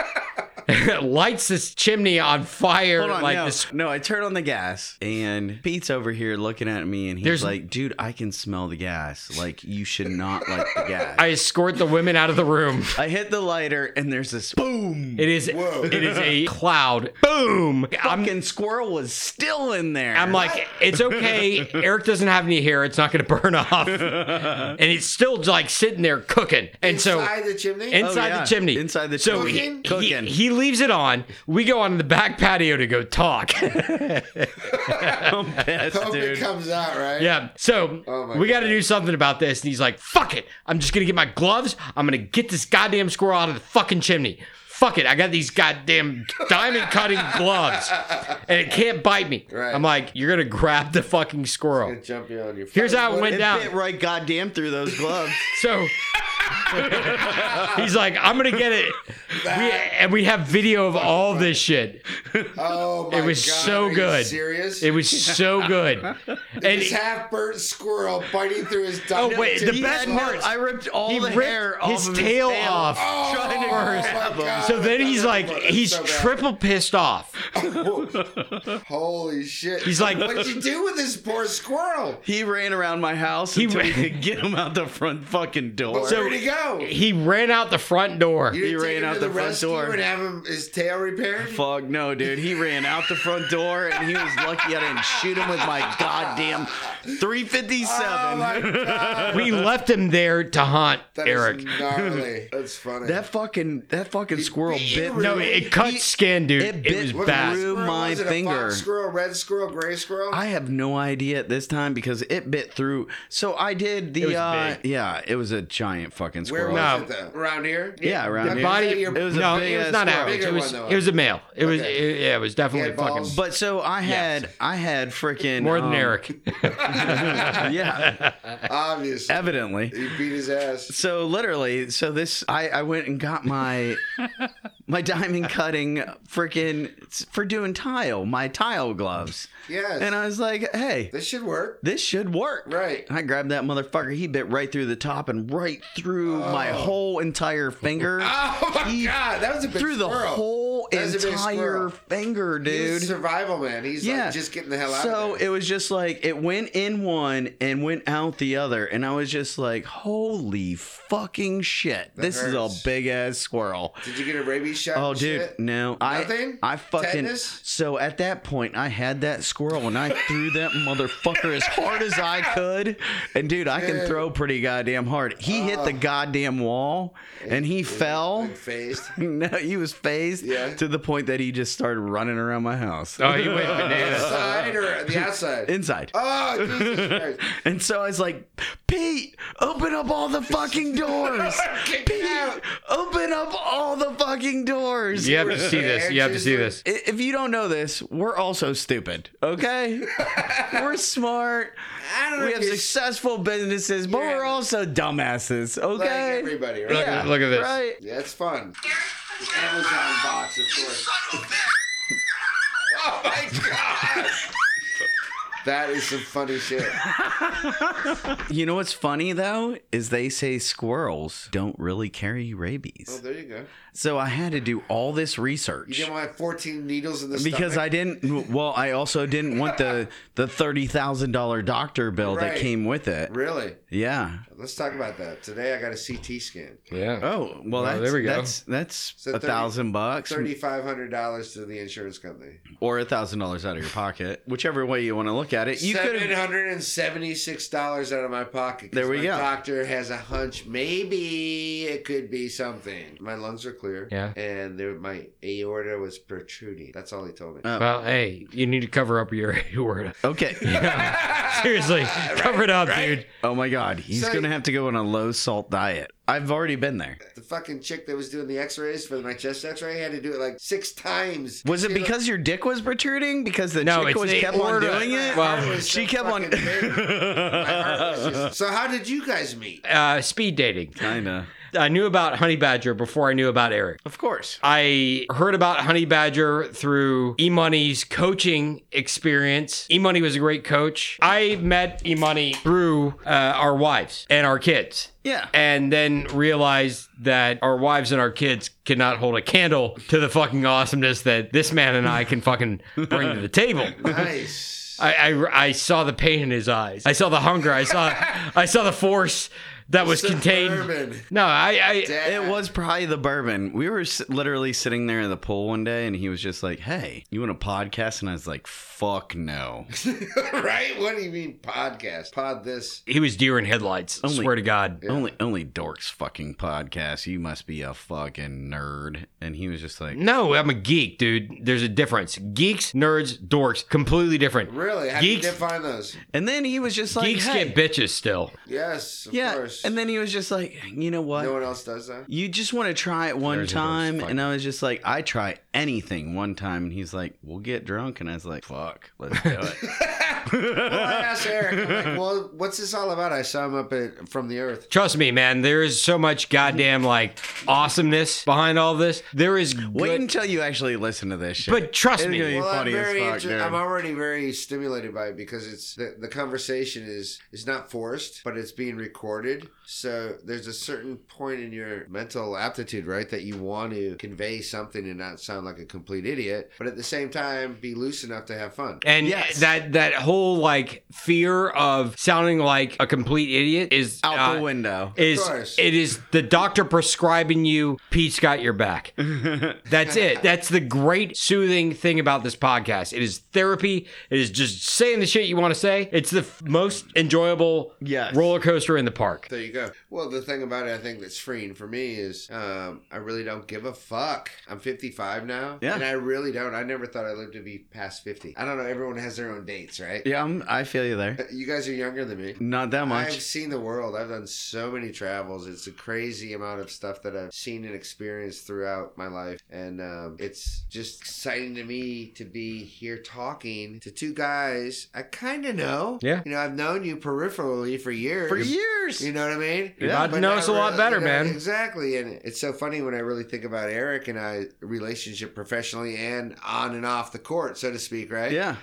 lights this chimney on fire
Hold on,
like
no,
this
no. I turn on the gas, and Pete's over here looking at me, and he's
There's-
like, "Dude, I can smell the gas. Like, you should not like the gas."
I escort the women out of the room.
I hit the lighter, and there's this boom.
It is it is a cloud. Boom. I'm
Fucking squirrel was still in there.
I'm like, it's okay. Eric doesn't have any hair. It's not going to burn off. and it's still like sitting there cooking. And so
inside the chimney?
inside
Oh, yeah.
the chimney.
Inside the
so
chimney.
he-
Cooking?
he-
Cooking.
He, leaves it on. We go on the back patio to go talk.
I'm pissed,
Hope it
Oh, dude.
comes out right.
yeah. So
Oh my
we got to
God.
do something about this. And he's like, fuck it. I'm just going to get my gloves. I'm going to get this goddamn squirrel out of the fucking chimney. Fuck it. I got these goddamn diamond cutting gloves and it can't bite me.
Right.
I'm like, you're going to grab the fucking squirrel.
Gonna jump you on your.
Here's
phone.
how it
What-
went
It
down.
bit right goddamn through those gloves.
So he's like, I'm gonna get it. We, and we have video of all this shit.
Oh my
It was
God,
so
are you
good.
serious?
It was so good. And
this half burnt squirrel biting through his.
oh
diamond
wait, the
teeth.
best
Oh,
part.
I ripped all
He
the hair
ripped
off
his
of
tail off.
Oh, my
First.
God.
So then he's like,
That's
he's
so bad.
triple pissed off.
Holy shit!
He's like-
what'd you do with this poor squirrel?
He ran around my house until
ran-
he could get him out the front fucking door.
Where'd he go?
He ran out the front door.
You didn't
he
take
ran
him
out
to
the front
rescue
door.
and have him his tail repaired.
Fuck no, dude. He ran out the front door, and he was lucky I didn't shoot him with my goddamn 357.
Oh my god,
We left him there to haunt
that is
Eric.
gnarly. That's funny.
that fucking that fucking squirrel bit.
No, it cut
He-
skin, dude.
it
It,
bit-
was
What
bad.
kind of
through
squirrel
my
was it? A
finger.
fox squirrel, red squirrel, gray squirrel.
I have no idea at this time because it bit through. So I did the
It was
uh,
big.
yeah, it was a giant fucking
Where
squirrel.
was
No.
it though? Around here?
Yeah, around
The
here.
body-
Body,
It
was a
no,
big
it was
ass
not
squirrel.
average.
Bigger
It was,
one, though.
it was a male. It was,
Okay.
it- yeah, it was
He
definitely
had
fucking
balls?
But so I had
Yes.
I had freaking
more than
um,
Eric.
Yeah,
Obviously.
evidently.
He beat his ass.
So literally, so this I I went and got my my diamond cutting freaking for doing tile, my tile gloves.
Yes.
And I was like, "Hey,
this should work.
this should work.
Right.
I grabbed that motherfucker. He bit right through the top and right through my whole entire finger.
Oh my god, that was a big
through the
squirrel.
whole whole
That's a big
entire
squirrel.
finger,
He
dude.
was survival man. He's
yeah,
like just getting the hell out.
So
of there.
it was just like it went in one and went out the other, and I was just like, "Holy fucking shit! this is
hurts.
a big ass squirrel."
Did you get a rabies shot?
Oh,
and
dude,
shit?
no,
Nothing?
I, I fucking.
Tetanus?
So at that point, I had that squirrel and I threw that motherfucker as hard as I could. And dude, I can throw pretty goddamn hard. He hit
Oh.
the goddamn wall and he fell.
Like, phased.
No, he was phased
Yeah.
to the point that he just started running around my house
Oh, you went bananas.
Inside or the outside?
inside.
oh, Jesus Christ.
And so I was like, Pete, open up all the fucking doors.
Kick
Pete,
it out.
open up all this fucking doors.
You have to see this. You have to see this.
I- If you don't know this, we're also stupid, okay? we're smart.
I don't know.
We
if
have
you're
successful businesses, but
Yeah.
we're also dumbasses,
like
okay?
everybody, right?
Look, at- look at this.
Right?
Yeah, it's fun. Amazon box, of course. oh my god! That is some funny shit.
You know what's funny though is they say squirrels don't really carry
Oh,
rabies.
there you go.
So I had to do all this
You
research.
didn't want 14 needles in the
because I
stomach.
didn't. Well, I also didn't want the the thirty thousand dollar doctor bill that
Right.
came with it.
really.
Yeah.
Let's talk about that. Today I got a CT scan.
Yeah.
Oh well, that's,
there we go.
That's that's
So
a
30
thousand bucks
Thirty-five hundred dollars to the insurance company.
or a thousand dollars out of your pocket, whichever way you want to look at it. You could
Seven
have.
hundred and seventy-six dollars out of my pocket. 'cause
There we
my
go.
Doctor has a hunch. Maybe it could be something. My lungs are clear.
Yeah.
And there, my aorta was protruding. That's all he told me.
Uh.
Well, hey, you need to cover up your aorta.
Okay.
Seriously, cover it up, dude.
oh my God, he's
So-
gonna have to go on a low salt diet. I've already been there.
the fucking chick that was doing the X-rays for my chest X-ray had to do it like six times.
Was it
She was-
because your dick was protruding? Because the
No,
chick
it's
was
the
kept on
aorta.
doing it.
Well,
I was
she
so
kept on.
fucking big. My heart was just- so how did you guys meet?
Uh, speed dating.
Kinda.
I knew about Honey Badger before I knew about Eric.
Of course.
I heard about Honey Badger through E Money's coaching experience. E Money was a great coach. I met E Money through uh, our wives and our kids.
Yeah.
And then realized that our wives and our kids could not hold a candle to the fucking awesomeness that this man and I can fucking bring to the table.
Nice.
I, I, I saw the pain in his eyes. I saw the hunger. I saw I saw the force that was contained.
Suburban.
No, I, I
Dad.
It was probably the bourbon. We were s- literally sitting there in the pool one day, and he was just like, "Hey, you want a podcast?" And I was like, "Fuck no."
right? What do you mean podcast? Pod this.
he was deer in headlights.
Only-
swear to God.
Only, only dorks fucking podcast. You must be a fucking nerd. And he was just like,
No, I'm a geek, dude. There's a difference. Geeks, nerds, dorks, completely different.
Really? How
Geeks-
do you define those?
and then he was just like,
Geeks
"Hey."
get bitches still.
Yes, of
yeah.
course.
And then he was just like, you know what?
no one else does that.
you just want to try it one
There's a
time,
ghost
and I was just like, I try anything one time, and he's like, "We'll get drunk," and I was like, "Fuck, let's do it."
Well, I asked Eric. I'm like, well, what's this all about? I saw him up at from the earth.
Trust me, man. There is so much goddamn like awesomeness behind all this. There is
Wait
good-
until you actually listen to this shit.
but trust
It's gonna be
me.
Well, I'm
funny as
very
fuck,
inter-
dude.
I'm already very stimulated by it because it's the, the conversation is is not forced, but it's being recorded. So there's a certain point in your mental aptitude, right, that you want to convey something and not sound like a complete idiot, but at the same time be loose enough to have fun.
And
Yes.
that that whole like fear of sounding like a complete idiot is
out
uh,
the window.
Is
course.
it is the doctor prescribing you Pete's got your back. That's it. That's the great soothing thing about this podcast. It is therapy. It is just saying the shit you want to say. It's the f- most enjoyable
Yes.
roller coaster in the park.
There you go. Well, the thing about it, I think that's freeing for me is um, I really don't give a fuck. I'm 55 now,
Yeah.
and I really don't. I never thought I lived to be past 50. I don't know. Everyone has their own dates, right? Uh,
Yeah, I'm, I feel you there.
You guys are younger than me.
Not that
I've
much.
seen the world. I've done so many travels. It's a crazy amount of stuff that I've seen and experienced throughout my life. And um, it's just exciting to me to be here talking to two guys I kind of know.
Yeah.
You know, I've known you peripherally for years.
For years.
You know what I mean?
You're about to
But
know
not
us a lot
really-
better,
you
man.
Exactly. And it's so funny when I really think about Eric and I, relationship professionally and on and off the court, so to speak, right?
yeah.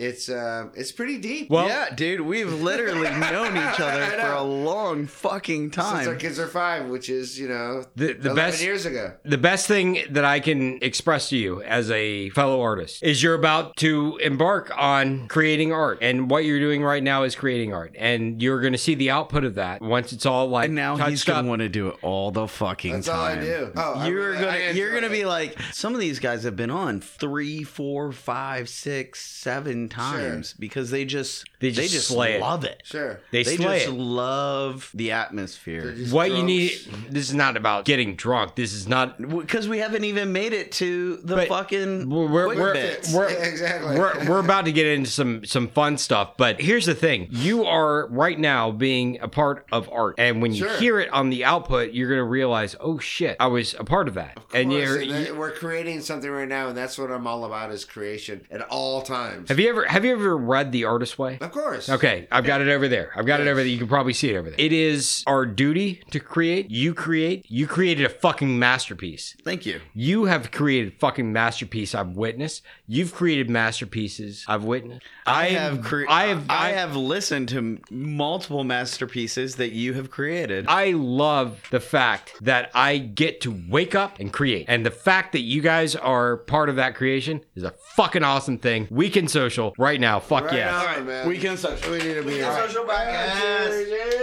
It's um, it's pretty deep.
Well-
yeah, dude, we've literally known each other
I know.
for a long fucking time.
since our kids are five, which is you know
The- the
eleven
best-
years ago.
The best thing that I can express to you as a fellow artist is you're about to embark on creating art. And what you're doing right now is creating art. And you're going to see the output of that once it's all like
and now
touched
he's gonna
up.
want to do it all the fucking
That's all I
time.
do. Oh, I
you're
really- I
gonna
enjoy
you're gonna
it.
be like some of these guys have been on three, four, five, six, seven times because they just
They just slay it.
love it.
Sure.
They,
They
slay
just
it.
love the atmosphere.
They're just
What you
drunks.
need, this is not about getting drunk. This is not.
because we haven't even made it to the
But
fucking
We're, we're,
quick
we're,
bits.
we're-
Yeah, exactly.
We're, we're about to get into some some fun stuff, but here's the thing: you are right now being a part of art, and when you
Sure.
hear it on the output, you're gonna realize, oh shit, I was a part of that. and
Of course,
you're,
and that- we're creating something right now, and that's what I'm all about is creation at all times.
Have you ever have you ever read The Artist Way?
of course.
Okay, I've got it over there. I've got it
Yes.
over there. You can probably see it over there. It is our duty to create. You create. You created a fucking masterpiece.
Thank you.
You have created fucking masterpiece I've witnessed. You've created masterpieces I've witnessed.
I have cre-
I have
I have listened to m- multiple masterpieces that you have created.
I love the fact that I get to wake up and create. And the fact that you guys are part of that creation is a fucking awesome thing. Weekend social right now. Fuck
Right
yeah.
on, man.
we can social.
We need to be here.
social podcast.
Yes.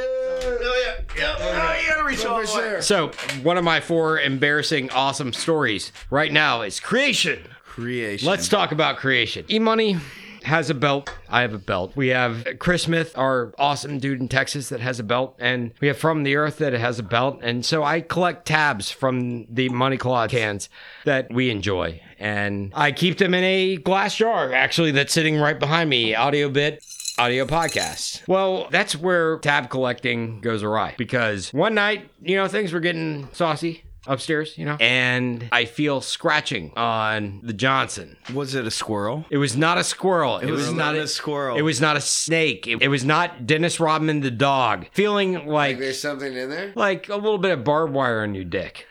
Oh, you gotta reach all
For
the way.
sure.
So, one of my four embarrassing, awesome stories right now is creation.
Creation.
Let's talk about creation. E Money has a belt. I have a belt. We have Chris Smith, our awesome dude in Texas that has a belt, and we have From the Earth that has a belt. And so I collect tabs from the Money Claw cans that we enjoy. And I keep them in a glass jar, actually, that's sitting right behind me. Audio bit audio podcast. Well, that's where tab collecting goes awry because one night, you know, things were getting saucy upstairs, you know, and I feel scratching on the Johnson.
Was it a squirrel?
It was not a squirrel. It,
was
was, not
not a squirrel.
It was not a snake. It, it was not Dennis Rodman the dog. Feeling like
There's something in there.
like a little bit of barbed wire on your dick.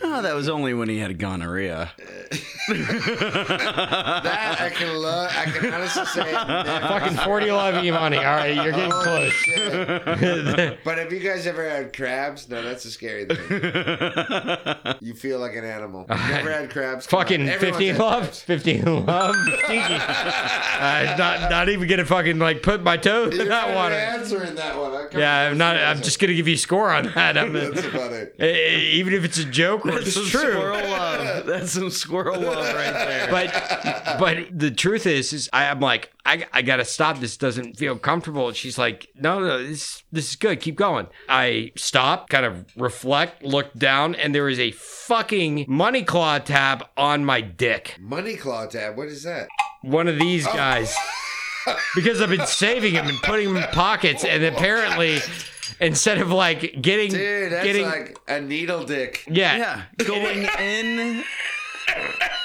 Oh, that was only when he had gonorrhea.
That I can love. I can honestly say.
Fucking 40 love you, money. All right, you're getting
Holy
close.
shit. but have you guys ever had crabs? No, that's a scary thing. you feel like an animal. You never had crabs? Come on.
Fucking
Everyone's
15
had
love,
crabs.
15 love, Tiki. Uh, not, not even gonna fucking like put my toe
You're
in
not
that water.
answering that one. Come on,
Yeah, I'm not.
that's
I'm
awesome.
just gonna give you a score on that. I'm,
That's about it.
eh, even if it's a joke or
That's
it's
some
true.
squirrel love. That's some squirrel love right there.
But but the truth is, is I, I'm like I, I gotta stop. This doesn't feel comfortable. And she's like, no, no, this this is good. Keep going. I stop, kind of reflect, look down, and there is a fucking money claw tab on my dick.
Money claw tab. What is that?
one of these guys because I've been saving them and putting them in pockets, and apparently, instead of like getting
Dude, that's
getting
like a needle dick.
yeah,
yeah, going in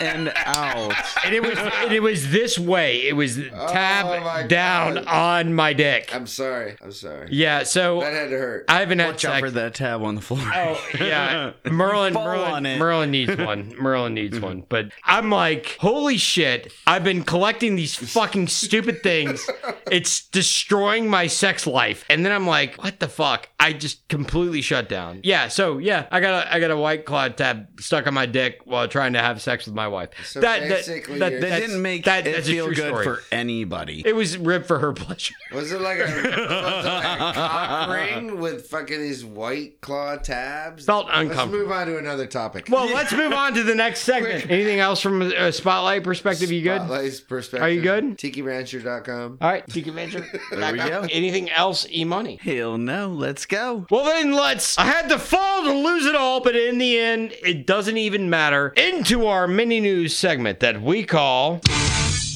and out.
and it was and it was this way. It was
Oh my
tab down
God.
on my dick.
I'm sorry. I'm sorry.
yeah, so
That had to hurt.
I haven't had
Watch out
sex.
for that tab on the floor.
Oh yeah, Merlin.
Fall
Merlin,
on it.
Merlin needs one. Merlin needs one. But I'm like, holy shit! I've been collecting these fucking stupid things. It's destroying my sex life. And then I'm like, what the fuck? I just completely shut down. Yeah. So yeah, I got a I got a white claw tab stuck on my dick while trying to have sex with my wife.
So basically you're-
that
that's-
didn't make
that-
it
that's a
feel
true
good
story.
for anybody.
It was ripped for her pleasure.
Was it like a, was it like a cock ring with fucking these white claw tabs?
Felt
Let's
uncomfortable.
move on to another topic.
Well, let's move on to the next segment. Anything else from a spotlight perspective? You good?
Spotlight's perspective.
Are you good? Uh,
TikiRancher.com.
All right, Deacon Major.
There we go.
Anything else? E money.
Hell no, let's go.
Well then, let's. I had to fall to lose it all, but in the end, it doesn't even matter. Into our mini news segment that we call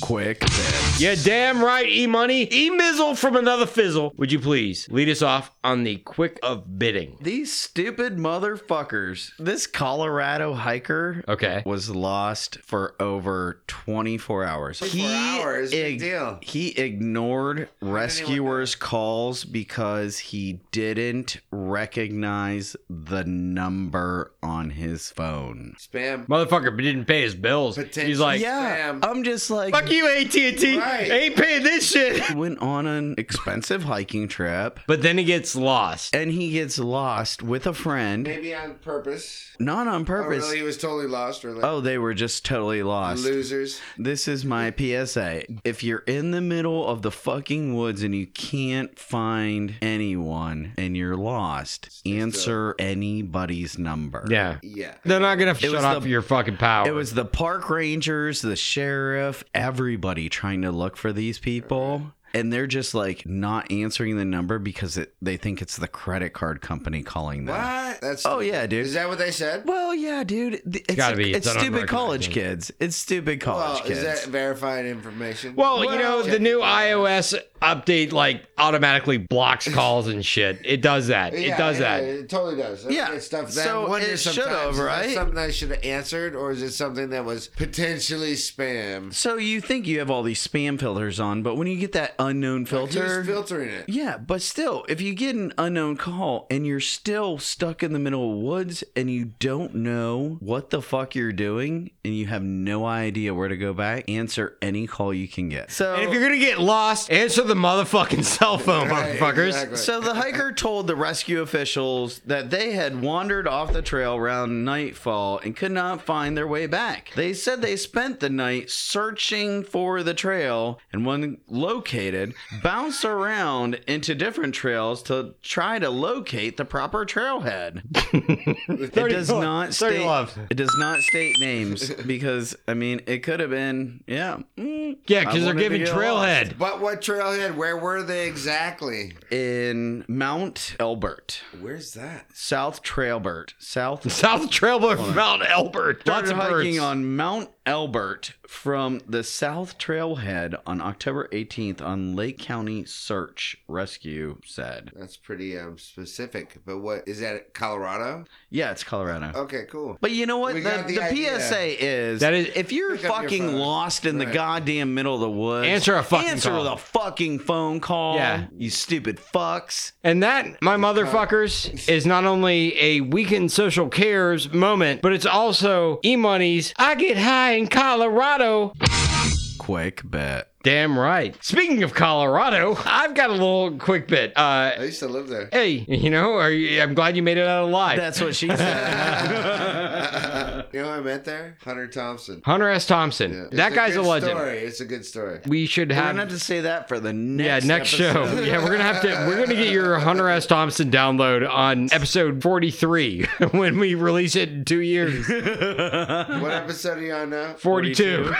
Quick bits.
"You Damn Right E Money E Mizzle from Another Fizzle." Would you please lead us off on the quick of bidding?
These stupid motherfuckers. This Colorado hiker
Okay.
was lost for over 24 hours.
24 hours, big deal.
He ignored rescuers' calls because he didn't recognize the number on his phone.
Spam.
Motherfucker didn't pay his bills.
Potential-
He's like,
Yeah.
Yeah,
Spam.
I'm just like,
"Fuck you, you, AT&T.
Right.
Ain't paying this shit.
went on an expensive hiking trip
But then he gets lost.
and he gets lost with a friend,
Maybe on purpose.
not on
Oh,
purpose.
really? He was totally lost or like
Oh, they were just totally lost.
losers.
This is my PSA. If you're in the middle of the fucking woods and you can't find anyone and you're lost, answer anybody's number.
Yeah.
Yeah.
They're not going to
was
shut off
the-
your fucking power.
It was the park rangers, the sheriff, everybody trying to look for these people. And they're just like not answering the number because it, they think it's the credit card company calling them.
What? That's
Oh, yeah, dude.
Is that what they said?
Well, yeah, dude. Th- It's,
gotta be.
it's
It's
stupid
unrecognized.
college kids. It's stupid college
Well,
kids.
is that verified information?
Well, you know, the new iOS update like automatically blocks calls and shit. It does that.
Yeah,
it does
yeah,
that.
It totally does. That's
Yeah.
good stuff. That
So
wonder
it
sometimes,
should've,
is that
right?
Something I should have answered, or is it something that was potentially spam?
So you think you have all these spam filters on, but when you get that unknown filter,
Who's filtering it?
yeah, but still, if you get an unknown call and you're still stuck in the middle of woods and you don't know what the fuck you're doing and you have no idea where to go back, answer any call you can get. So
And if you're gonna get lost, answer the motherfucking cell phone,
Right,
motherfuckers.
exactly.
So the hiker told the rescue officials that they had wandered off the trail around nightfall and could not find their way back. They said they spent the night searching for the trail and when located, bounced around into different trails to try to locate the proper trailhead. it does
love.
not
Thirty
state
love.
it does not state names because I mean it could have been yeah. mm,
Yeah,
I
because they're
wanted to
giving
get
trailhead.
But what trailhead? Where were they exactly?
in Mount Elbert.
Where's that?
South Trailbert, South
South Trailbrook Mount Elbert. Lots
started
of
hiking
birds.
on Mount Elbert from the South Trailhead on October 18th on Lake County Search Rescue said.
That's pretty um, specific. But what is that? Colorado?
Yeah, it's Colorado.
Okay, cool.
But you know what?
Oh, We
The,
got
the,
the idea.
PSA is
That is-
if you're
Pick up your
fucking
phone.
lost in the
Right.
goddamn middle of the woods,
Answer a fucking
answer
call.
the fucking phone call.
Yeah.
you stupid fucks.
And that, my motherfuckers, is not only a weekend social cares moment, but it's also e money's I get high in Colorado.
Quick bet.
Damn right. Speaking of Colorado, I've got a little quick bit.
I
Uh,
used to live there.
hey, you know, are you, I'm glad you made it out alive.
That's what she said.
You know who I met there? Hunter Thompson.
Hunter S. Thompson.
Yeah. It's
That guy's a,
good
legend.
Story. It's a good story.
We should
We're
have.
gonna have to say that for
yeah,
the next
next show.
episode.
Yeah, we're gonna have to. We're gonna get your Hunter S. Thompson download on episode forty-three when we release it in two years.
What episode are you on now?
Forty-two.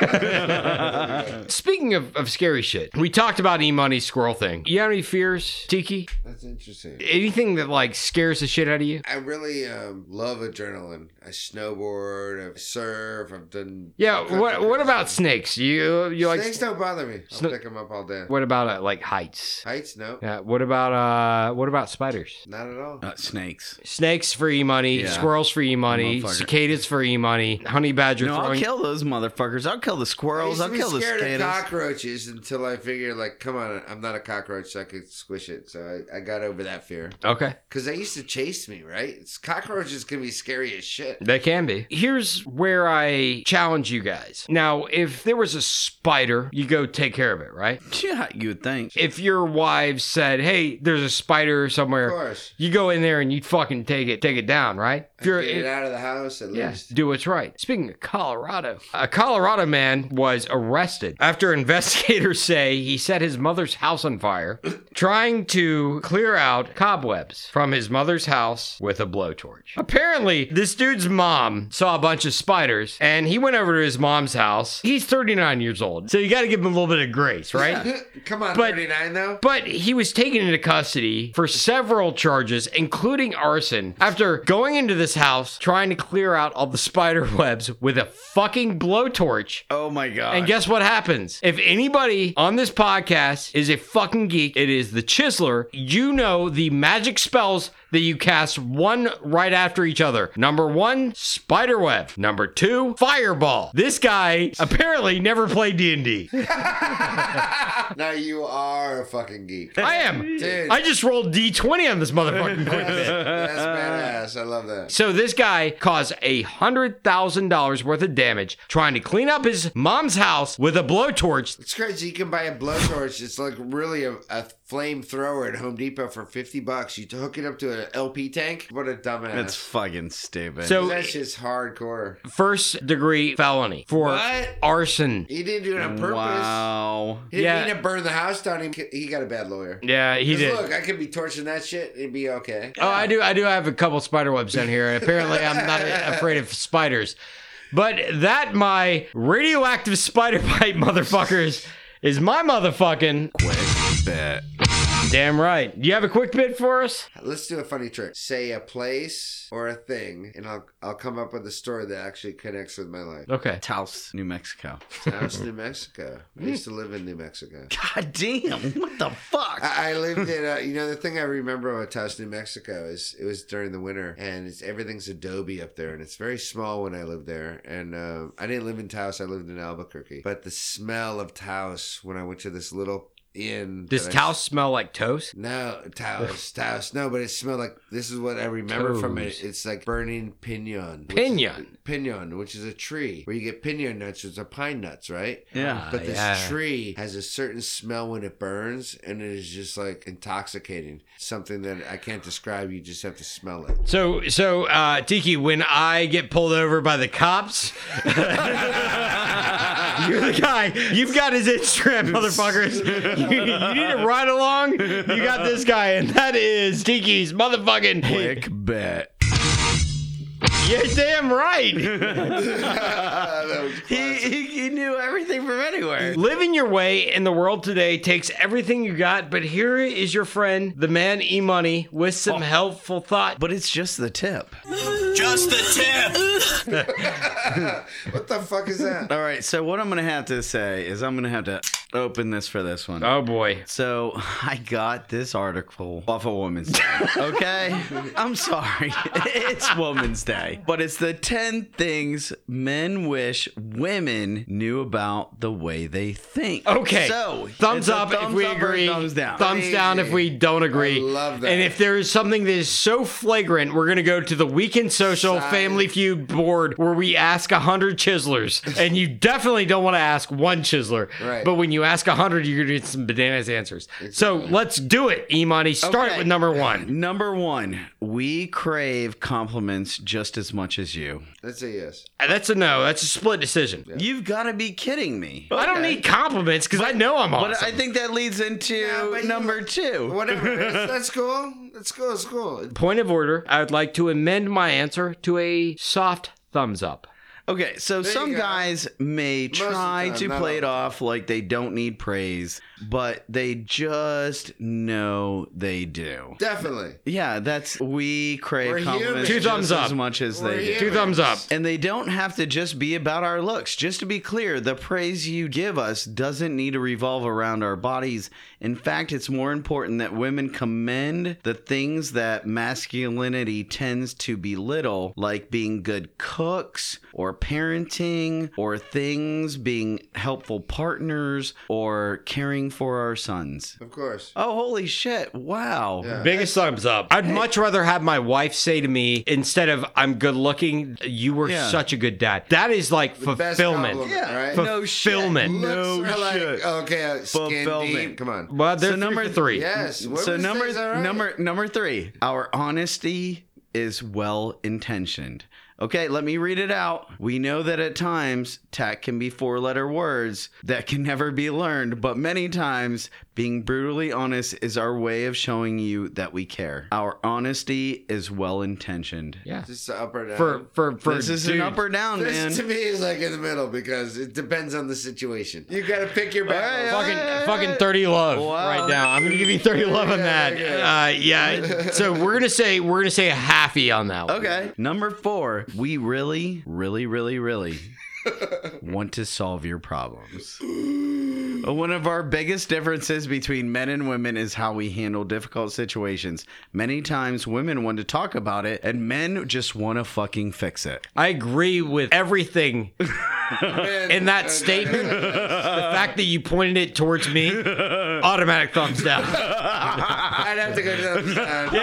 Speaking of, of scary shit, we talked about E Money squirrel thing. You have any fears, Tiki?
That's interesting.
Anything that like scares the shit out of you?
I really um, love adrenaline. I snowboard, I surf, I've done. I've
Yeah. What
done
What
different
about
stuff.
snakes? You you like?
Snakes don't bother me. I'll
Sno-
pick them up all day.
What about uh, like heights?
Heights? No.
Yeah. What about uh? What about spiders?
Not at all.
Uh, snakes.
Snakes for e money,
Yeah.
squirrels for e money,
Motherfucker.
cicadas for e money, honey badger
No, I'll
throwing.
kill those motherfuckers. I'll kill the
I
squirrels.
used to
I'll
be
kill the
scared of
cicadas.
cockroaches until I figured, like, come on, I'm not a cockroach, so I could squish it. So I, I got over that fear.
okay,
Because they used to chase me, right? It's, cockroaches can be scary as shit.
they can be. Here's where I challenge you guys. Now, if there was a spider, you go take care of it, right?
yeah, you would think.
If your wives said, "Hey, there's a spider
Of
somewhere,"
course.
you go in there and you fucking take it, take it down, right? If you're
Get it out of the house at
Yeah,
least.
do what's right. Speaking of Colorado, a Colorado man was arrested after investigators say he set his mother's house on fire trying to clear out cobwebs from his mother's house with a blowtorch. Apparently, this dude's mom saw a bunch of spiders and he went over to his mom's house. He's 39 years old, so you got to give him a little bit of grace, right?
Come on,
But-
39 though.
But he was taken into custody for several charges, including arson, after going into this house trying to clear out all the spider webs with a fucking blowtorch.
Oh my god.
And guess what happens? If anybody on this podcast is a fucking geek, it is the Chiseler. You know the magic spells that you cast one right after each other. Number one, spider Spiderweb. Number two, Fireball. This guy apparently never played D&D.
Now you are a fucking geek.
I am.
Dude.
I just rolled D20 on this motherfucking quick bit.
That's badass. I love that.
So this guy caused a hundred thousand dollars worth of damage trying to clean up his mom's house with a blowtorch.
It's crazy. You can buy a blowtorch. It's like really a, a flamethrower at Home Depot for 50 bucks. You hook it up to an LP tank. What a dumbass.
That's fucking stupid.
So
That's just hardcore.
first degree felony for
What?
arson.
He didn't do it on purpose.
wow.
He didn't
Yeah.
mean to burn the house down. He, he got a bad lawyer.
Yeah, he
'Cause
did.
Look, I could be torching that shit. It'd be okay.
Oh, I do. I do have a couple spider webs in here. Apparently, I'm not afraid of spiders. But that, my radioactive spider bite motherfuckers, is my motherfucking
Bet.
damn right. You have a quick bit for us?
Let's do a funny trick. Say a place or a thing, and I'll I'll come up with a story that actually connects with my life.
Okay.
Taos, New Mexico.
Taos, New Mexico. I used to live in New Mexico.
God damn. What the fuck?
I I lived in, uh, you know, the thing I remember about Taos, New Mexico is it was during the winter and it's everything's adobe up there and it's very small when I lived there. And um, I didn't live in Taos, I lived in Albuquerque. But the smell of Taos when I went to this little inn.
Does
that I-
Taos smell like toast?
No, Taos, Taos. No, but it smelled like this is what I remember from it.
Toes.
It's like burning pinon. which is-
Pinon.
Pinon, which is a tree where you get pinon nuts, which are pine nuts, right?
yeah.
But this
yeah.
tree has a certain smell when it burns, and it is just like intoxicating. Something that I can't describe. You just have to smell it.
So, so uh, Tiki, when I get pulled over by the cops, you're the guy. You've got his Instagram, motherfuckers. You, you need to ride along. You got this guy, and that is Tiki's motherfucking
Quick bet.
You're damn right.
He, he, he knew everything from anywhere.
Living your way in the world today takes everything you got, but here is your friend, the man E Money, with some helpful thought.
But it's just the tip.
Just the tip.
What the fuck is that?
All right. So, what I'm going to have to say is I'm going to have to open this for this one.
Oh boy.
So I got this article off of Woman's Day. Okay, I'm sorry. It's Woman's Day, but it's the 10 things men wish women knew about the way they think.
Okay.
So
thumbs
it's a
up if
thumbs
we
up or
agree.
Thumbs down.
Thumbs down if we don't agree.
I love that.
And if there is something that is so flagrant, we're gonna go to the Weekend Social
Side.
Family Feud board where we ask a hundred chiselers, and you definitely don't want to ask one chiseler.
Right.
But when you ask a hundred, you're gonna get some bananas answers. So let's do it, Imani. Start
Okay.
with number one.
Number one, we crave compliments just as much as you.
That's a yes.
That's a no. That's a split decision.
You've got to be kidding me.
I don't
Okay.
need compliments because I know I'm awesome.
But I think that leads into
but you-
number two.
Whatever. That's cool. That's cool. That's cool.
Point of order: I would like to amend my answer to a soft thumbs up.
Okay, so
you
some
go.
guys may
of the
try
time,
to
not
play it
all
off like they don't need praise, but they just know they do.
Definitely.
Yeah, that's we
We're
crave
humans.
compliments
Two
just
thumbs up.
as much as
We're
they do.
Two thumbs up.
And they don't have to just be about our looks. Just to be clear, the praise you give us doesn't need to revolve around our bodies. In fact, it's more important that women commend the things that masculinity tends to belittle, like being good cooks or parenting or things being helpful partners or caring for our sons.
Of course.
Oh, holy shit. Wow.
Biggest thumbs up. I'd much rather have my wife say to me instead of "I'm good looking," "You were
Yeah.
such a good dad." That is like
best
fulfillment.
compliment.
Yeah.
Right?
No shit.
Fulfillment.
No
Looks are like,
shit.
Okay, uh, skin
Fulfillment.
deep. Come on.
Well, there's
So number
number three.
Yes.
so
women's
number
thing's all right.
number number three our honesty is well intentioned okay let me read it out we know that at times tact can be four letter words that can never be learned but many times being brutally honest is our way of showing you that we care our honesty is well intentioned
Yeah.
Just up or down.
For for for
this is
dude.
an up or down
This
man
to me is like in the middle because it depends on the situation. You gotta pick your
Alright,
battles.
alright.
Fucking, fucking 30 love
Wow.
right now. I'm gonna give you 30 love on that. Uh, yeah. So we're gonna say we're gonna say a halfy on that. One.
Okay. Number four, we really, really, really, really want to solve your problems. But one of our biggest differences between men and women is how we handle difficult situations. Many times women want to talk about it and men just want to fucking fix it.
I agree with everything in that statement. the fact that you pointed it towards me, automatic thumbs down.
I'd have to go to the uh,
Ah, Yay!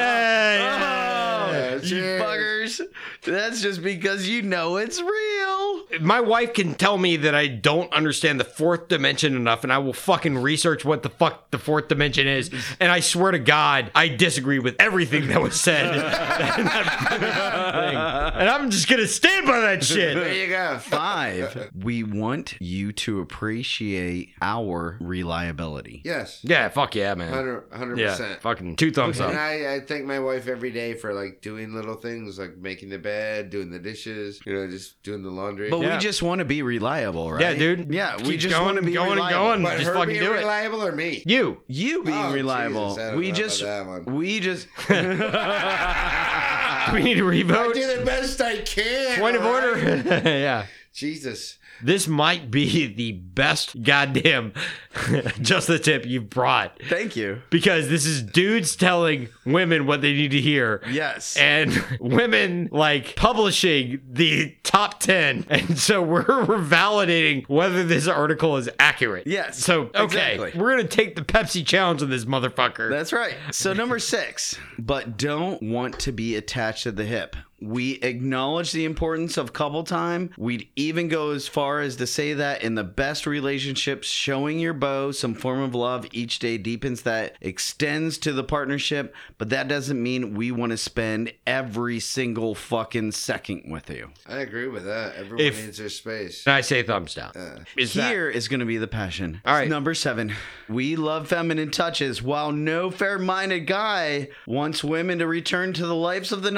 yeah,
You
cheers.
fuckers. That's just because you know it's real.
My wife can tell me that I don't understand the fourth dimension enough, and I will fucking research what the fuck the fourth dimension is. And I swear to God, I disagree with everything that was said. in that thing. And I'm just gonna stand by that
There
shit.
you go.
Five, we want you to appreciate our reliability.
Yes.
Yeah, fuck yeah, man.
100 100%.
Yeah, fucking two thumbs
And
up.
I, I thank my wife every day for like doing little things like making the bed, doing the dishes, you know, just doing the laundry.
But
Yeah.
we just want to be reliable, right?
Yeah, dude.
Yeah, we
Keep
just
going
want to
and
be
going and
reliable.
going.
But
just
her
fucking
being
do it.
reliable or me?
You.
You being
Oh,
reliable.
Jesus, I don't
we
know about
just
that one.
we just
We need to
I
revote.
do the best I can.
Point of
all right?
order. yeah.
Jesus.
This might be the best goddamn just the tip you've brought.
thank you.
Because this is dudes telling women what they need to hear.
Yes.
And women like publishing the top 10. And so we're, we're validating whether this article is accurate.
Yes,
So, okay.
exactly.
We're going to take the Pepsi challenge on this motherfucker.
That's right. So number six, but don't want to be attached to the hip. We acknowledge the importance of couple time. We'd even go as far as to say that in the best relationships, showing your beau some form of love each day deepens that, extends to the partnership, but that doesn't mean we want to spend every single fucking second with you.
I agree with that. Everyone
If-
needs their space.
and I say thumbs down. is that-
Uh, Here is going to be the passion.
All right.
Number seven. We love feminine touches. While no fair minded guy wants women to return to the lives of the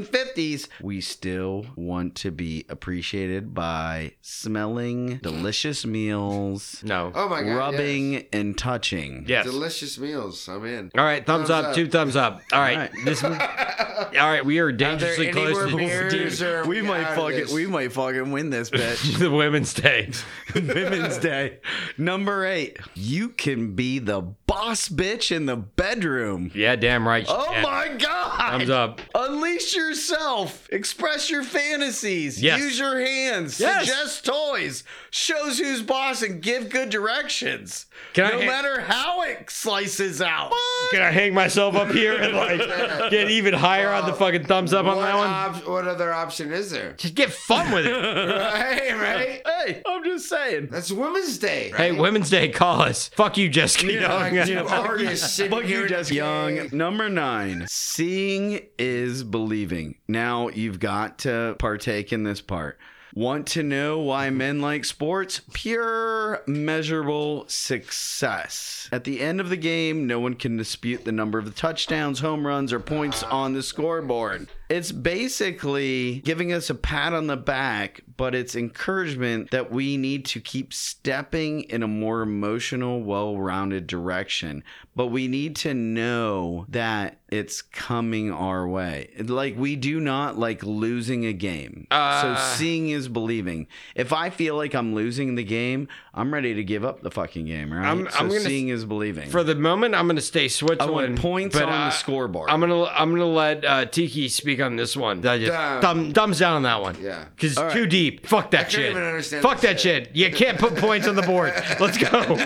1950s, we still want to be appreciated by smelling delicious meals,
No.
Oh my god.
rubbing,
yes.
and touching.
yes.
Delicious meals. I'm in.
All right, thumbs,
Thumbs
up,
up.
two thumbs up. All right, this. All right, we are
there
dangerously
any
close
more
to
beers
the,
or
We
get
might
out of
fucking
this?
we might fucking win this bitch.
the women's day.
Women's Day. Number eight. You can be the boss bitch in the bedroom.
Yeah, damn right.
Oh
Yeah.
my god!
Thumbs up.
Unleash yourself. Express your fantasies.
Yes.
Use your hands.
Yes.
Suggest toys. Shows who's boss and give good directions.
Can I
no
ha-
matter how it slices out.
Can I hang myself up here and like get even higher on the
Well,
fucking thumbs up on
what
that one?
op- what other option is there?
Just get fun with it.
hey, right?
Hey, I'm just saying.
That's Women's Day.
hey,
right?
Women's Day, call us. Fuck you, Jessica. Young.
Like, you are just sitting
Fuck you,
here
Jess Young. Number nine. Seeing is believing. Now you've got to partake in this part. Want to know why men like sports? Pure, measurable success. At the end of the game, no one can dispute the number of touchdowns, home runs, or points on the scoreboard. It's basically giving us a pat on the back, but it's encouragement that we need to keep stepping in a more emotional, well rounded direction. But we need to know that it's coming our way. Like, we do not like losing a game.
Ah.
so, seeing is believing. If I feel like I'm losing the game, I'm ready to give up the fucking game, right?
I'm-
so,
I'm gonna-
seeing is believing.
For the moment, I'm gonna stay
I
Switzerland.
want points
but
on
I-
the scoreboard.
I'm gonna I'm gonna let uh, Tiki speak on this one. I just-
Down.
thumb, thumbs down on that one.
Yeah.
because too deep. Fuck that shit.
even understand
Fuck
this
that shit.
shit.
You can't put points on the board. Let's go.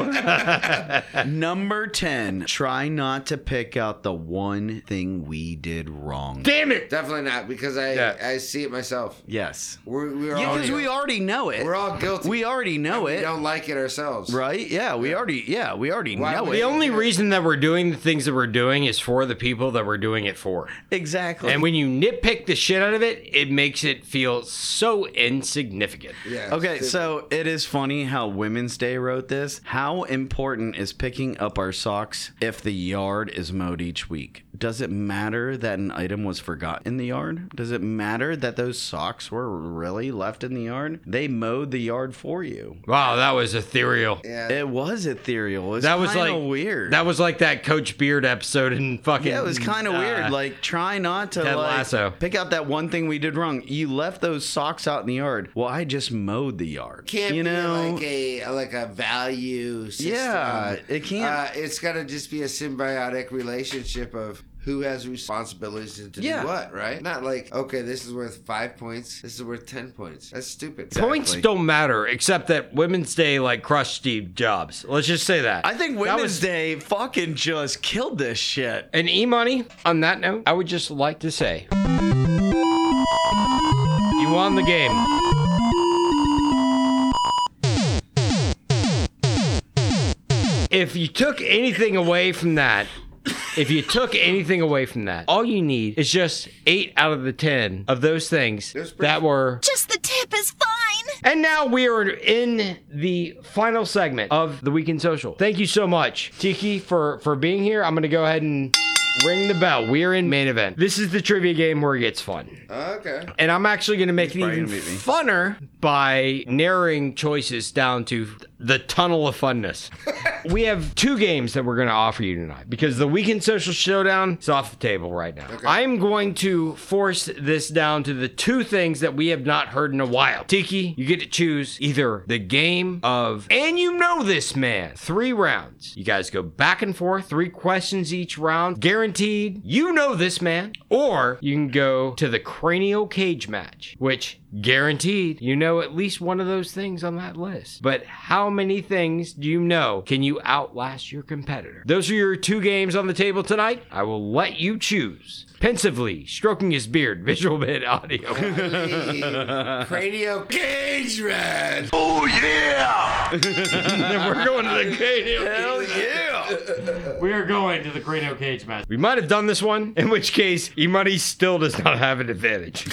Number 10, try not to pick out the one thing we did wrong.
Damn it.
Definitely not because I
Yeah.
I see it myself.
yes.
We're, we're all
Because we already know it.
we're all guilty.
We already know
We
it.
don't like it ourselves.
Right? Yeah, we already yeah, we already
Why
know
would
The
it.
you-
only reason that we're doing the things that we're doing is for the people that we're doing it for.
Exactly.
And when you nitpick the shit out of it, it makes it feel so insignificant.
Yeah.
Okay,
stupid.
so it is funny how Women's Day wrote this. How important is picking up our socks if the yard is mowed each week? Does it matter that an item was forgotten in the yard? Does it matter that those socks were really left in the yard? They mowed the yard for you.
Wow, that was ethereal.
yeah.
It was ethereal. It was
That was like
weird.
That was like that Coach Beard episode in fucking.
yeah, it was kind of
uh,
weird. Like try not to
Dead
like,
Last Lasso.
Pick out that one thing we did wrong. You left those socks out in the yard. Well, I just mowed the yard.
can't
you
be
know?
like a like a value system.
Yeah, it can't-
Uh, it's got to just be a symbiotic relationship of who has responsibilities to do
Yeah.
what, right? Not like okay, this is worth five points, this is worth ten points. That's stupid.
Points don't matter, except that Women's Day like crushed Steve Jobs. Let's just say that.
I think
That
Women's
was-
Day fucking just killed this shit.
And E Money, on that note, I would just like to say you won the game. If you took anything away from that, if you took anything away from that, all you need is just eight out of the ten of those things
That's pretty-
that were
Just the tip is fine.
and now we are in the final segment of the Weekend Social. Thank you so much, Tiki, for for being here. I'm gonna go ahead and ring the bell. We're in main event. This is the trivia game where it gets fun,
Okay.
and I'm actually gonna make it
probably
even
gonna beat me.
funner by narrowing choices down to the tunnel of funness. we have two games that we're gonna offer you tonight because the Weekend Social Showdown is off the table right now. I'm going to force this down to the two things that we have not heard in a while. Tiki, you get to choose either the game of, and you know this man, three rounds. You guys go back and forth, three questions each round, guaranteed. You know this man, or you can go to the cranial cage match, which guaranteed you know at least one of those things on that list. But how many things do you know can you outlast your competitor? Those are your two games on the table tonight. I will let you choose. Pensively, stroking his beard, visual bit audio.
Cranial cage red.
We're going to the cranial cage.
yeah.
We are going to the cranial cage match. We might have done this one, in which case Imani still does not have an advantage.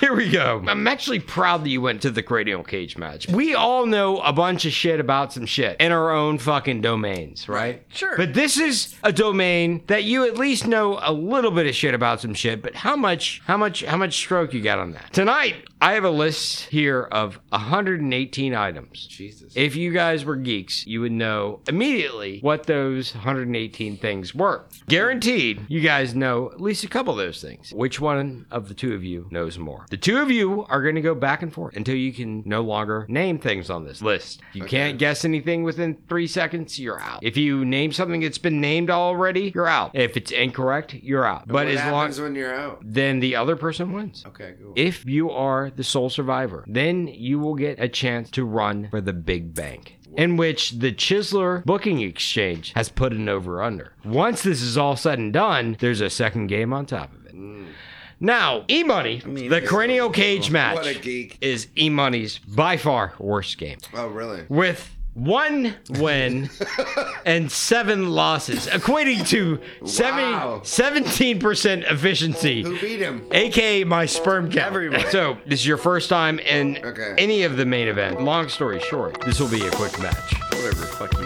Here we go. I'm actually proud that you went to the cranial cage match. We all know a bunch of shit about some shit in our own fucking domains, right?
Sure.
But this is a domain that you at least know a little bit of shit about some shit, but how much, how much, how much stroke you got on that? Tonight, I have a list here of 118 items.
Jesus.
If you guys were geeks, you would know immediately what those 118 things were. Guaranteed, you guys know at least a couple of those things. Which one of the two of you knows more? The two of you are going to go back and forth until you can no longer name things on this list. You can't guess anything within three seconds, you're out. If you name something that's been named already, you're out. If it's incorrect, you're out. But
what
as long
happens when you're out?
then the other person wins.
Okay, cool.
If you are the sole survivor, then you will get a chance to run for the big bank, in which the Chisler Booking Exchange has put an over under. Once this is all said and done, there's a second game on top of it.
Mm.
Now, E Money, the cranial cage match
What a geek.
is E Money's by far worst game
Oh, really?
with one win and seven losses, equating to
Wow.
70, 17% efficiency.
Who beat him?
AKA my sperm count.
Everybody.
So this is your first time in
Okay.
any of the main event. Long story short, this will be a quick match.
Whatever, fuck you.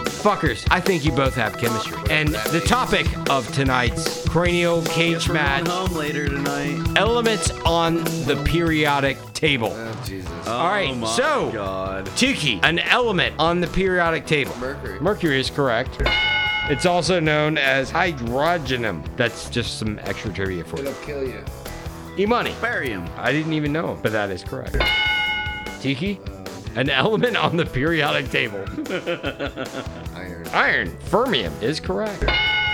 Fuckers, I think you both have chemistry. And the topic of tonight's cranial cage
We're going
match
home later tonight.
elements on the periodic table.
Oh, Jesus.
All right,
Oh my
so-
God.
Tuki, an element on the periodic table.
Mercury.
Mercury is correct. It's also known as hydrogenum. That's just some extra trivia for you.
It'll kill you.
E-money.
Bury him.
I didn't even know, but that is correct. Tiki, an element on the periodic table.
Iron.
Iron, fermium is correct.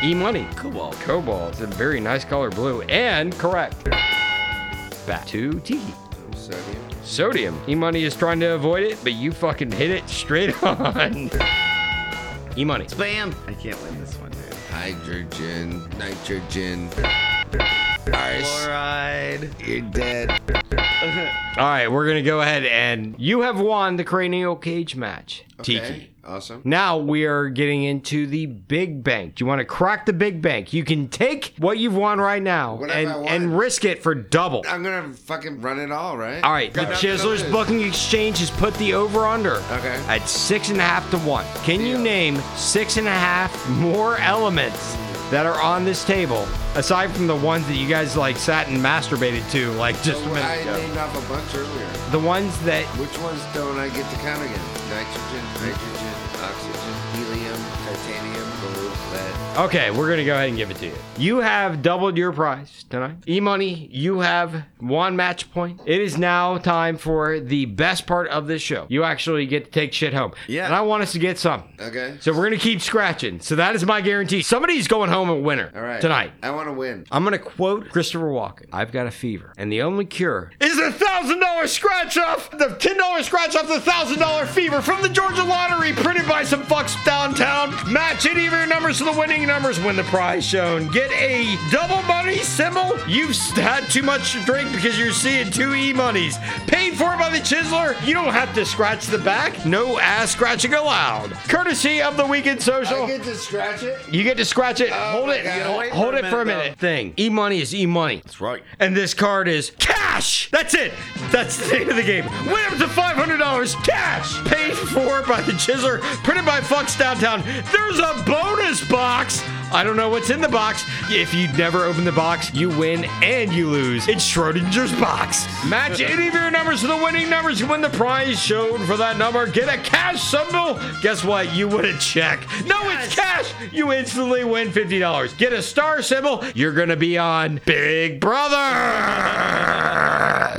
E money,
Cobalt.
cobalt is a very nice color blue and correct. Back to Tiki.
Sodium.
Sodium. E money is trying to avoid it, but you fucking hit it straight on. E money.
Bam. I can't win this one, dude.
Hydrogen. Nitrogen. Ice.
Fluoride.
You're dead.
All right, we're gonna go ahead and you have won the cranial cage match, Tiki.
Okay. Awesome.
Now we are getting into the big bank. Do you want to crack the big bank? You can take what you've won right now
What have
and,
I won?
and risk it for double.
I'm gonna fucking run it all, right?
All right, the
Got nothing to
Chisler's
lose.
Booking Exchange has put the over under
Okay.
at six and a half to one. Can you
Deal.
name six and a half more elements that are on this table aside from the ones that you guys like sat and masturbated to like just a minute
I
ago?
named off a bunch earlier.
The ones that
Which ones don't I get to count again? Nitrogen, nitrogen, oxygen, helium, titanium, gold, lead.
Okay, we're gonna go ahead and give it to you. You have doubled your prize tonight. E money, you have one match point. It is now time for the best part of this show. You actually get to take shit home.
Yeah.
And I want us to get something.
Okay.
So we're gonna keep scratching. So that is my guarantee. Somebody's going home a winner
All right.
tonight.
I want to win.
I'm gonna quote Christopher Walken. I've got a fever, and the only cure is a thousand dollar scratch off, the ten dollar scratch off, the thousand dollar fever from the Georgia Lottery, printed by some fucks downtown. Match any of your numbers to the winning numbers, win the prize shown. Get a double money symbol. You've had too much to drink because you're seeing two e monies. Paid for by the chiseler. You don't have to scratch the back. No ass scratching allowed. Courtesy of the Weekend Social.
I get to scratch it.
You get to scratch it.
Oh
hold
my
it.
God. You gotta wait
Hold
for a
it for a
minute,
minute. Thing. E money is e money.
That's right.
And this card is cash. That's it. That's the name of the game. Win up to five hundred dollars cash. Paid for by the Chiseler. Printed by Fucks Downtown. There's a bonus box. I don't know what's in the box. If you never open the box, you win and you lose. It's Schrodinger's box. Match any of your numbers to the winning numbers. You win the prize shown for that number. Get a cash symbol. Guess what? You win a check. No, it's cash. You instantly win $50. Get a star symbol. You're going to be on Big Brother.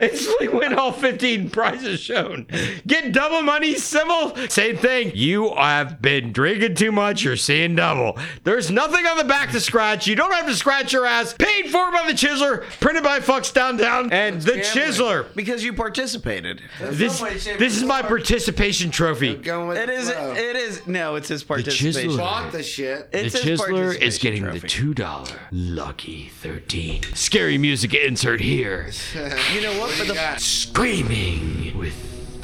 instantly win all 15 prizes shown. Get double money symbol. Same thing. You have been drinking too much. You're seeing double. There's nothing on the back to scratch. You don't have to scratch your ass. Paid for by the Chiseler. Printed by Fucks Downtown. And the Chiseler.
Because you participated.
This,
Subway shape
this is my
before.
participation trophy.
Going with
It
the
is.
flow.
It is. No, it's his participation.
Chisel.
Bought the shit.
It's
the
his
Chisler is
participation
getting the
trophy.
two dollar lucky thirteen. Scary music insert here.
you know what? For the
Screaming with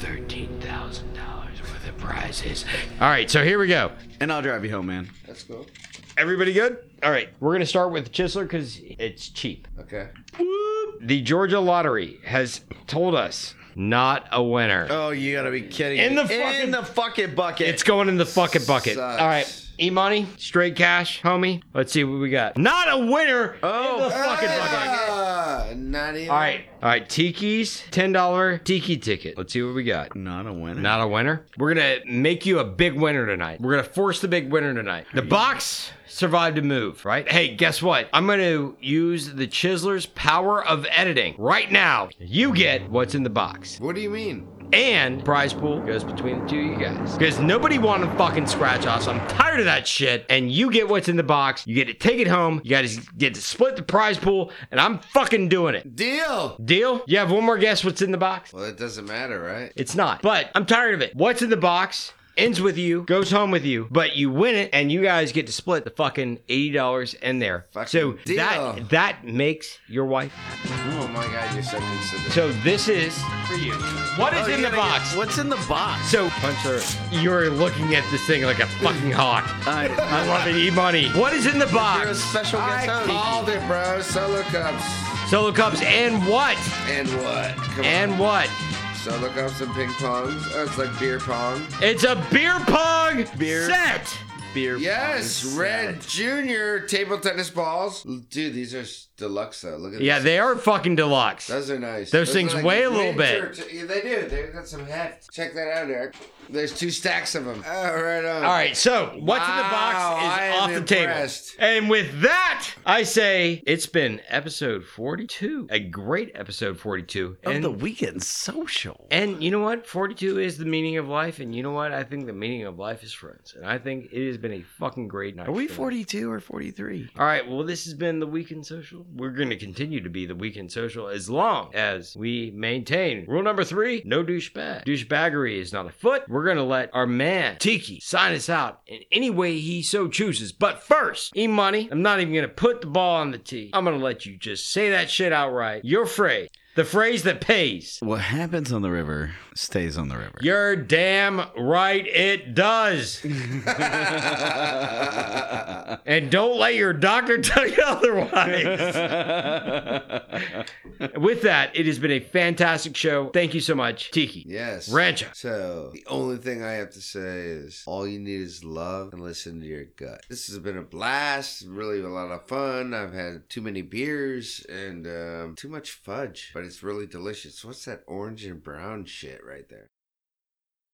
thirteen thousand dollars worth of prizes. All right, so here we go.
And I'll drive you home, man.
That's cool.
Everybody good? All right, we're gonna start with Chisler because it's cheap.
Okay.
The Georgia Lottery has told us not a winner.
Oh, you gotta be kidding!
In
me.
the fucking-
in the fucking bucket.
It's going in the fucking bucket.
Sucks.
All right. E money, straight cash, homie. Let's see what we got. Not a winner.
Oh.
in the fucking bucket.
Ah, not even.
All right. All right. Tiki's $10 Tiki ticket. Let's see what we got.
not a winner.
Not a winner. We're going to make you a big winner tonight. We're going to force the big winner tonight. The box survived a move, right? Hey, guess what? I'm going to use the Chiseler's power of editing right now. You get what's in the box.
What do you mean?
And prize pool goes between the two of you guys. Because nobody wanted fucking scratch offs. I'm tired of that shit. And you get what's in the box. You get to take it home. You guys get to split the prize pool. And I'm fucking doing it.
Deal.
Deal? You have one more guess what's in the box?
Well, it doesn't matter, right?
It's not. But I'm tired of it. What's in the box? Ends with you, goes home with you, but you win it, and you guys get to split the fucking eighty dollars in there.
Fucking
so
deal.
that that makes your wife.
Oh my god, you're so considerate.
So this is for you. What is
Oh, you
in the
gotta
box?
get- what's in the box?
So, Puncher, you're looking at this thing like a fucking hawk.
I,
I love it, e-money. What is in the
You're a
box?
special
I
guest host.
called it, bro. Solo cups
Solo cups and what?
and what? Come
And
on.
what?
Solo cups and ping pongs. Oh, it's like beer pong.
It's a beer pong
Beer.
set.
Beer
Yes,
pong
Red
set.
Junior table tennis balls. Dude, these are s- deluxe though. Look at
Yeah,
this.
they are fucking deluxe.
Those are nice.
Those
are
things weigh a little
miniature
bit.
t- yeah, they do. They've got some heft. Check that out, Eric. There's two stacks of them. Oh, right on.
All right, so what's in the
Wow,
box
I
is
am
off the
impressed.
table. And with that, I say it's been episode 42, a great episode 42.
of
and
the weekend social.
And you know what? 42 is the meaning of life. And you know what? I think the meaning of life is friends. And I think it has been a fucking great night.
Are we
for me.
42 or 43?
All right. Well, this has been the Weekend Social. We're going to continue to be the Weekend Social as long as we maintain rule number three no douchebag. Douchebaggery is not afoot. We're going to let our man, Tiki, sign us out in any way he so chooses. But first, E Money, I'm not even going to put the ball on the tee. I'm going to let you just say that shit outright. Your phrase, the phrase that pays.
What happens on the river stays on the river.
You're damn right it does. and don't let your doctor tell you otherwise. With that, it has been a fantastic show. Thank you so much, Tiki.
Yes.
Rancho.
So, the only thing I have to say is all you need is love and listen to your gut. This has been a blast, really a lot of fun. I've had too many beers and um, too much fudge, but it's really delicious. What's that orange and brown shit right there?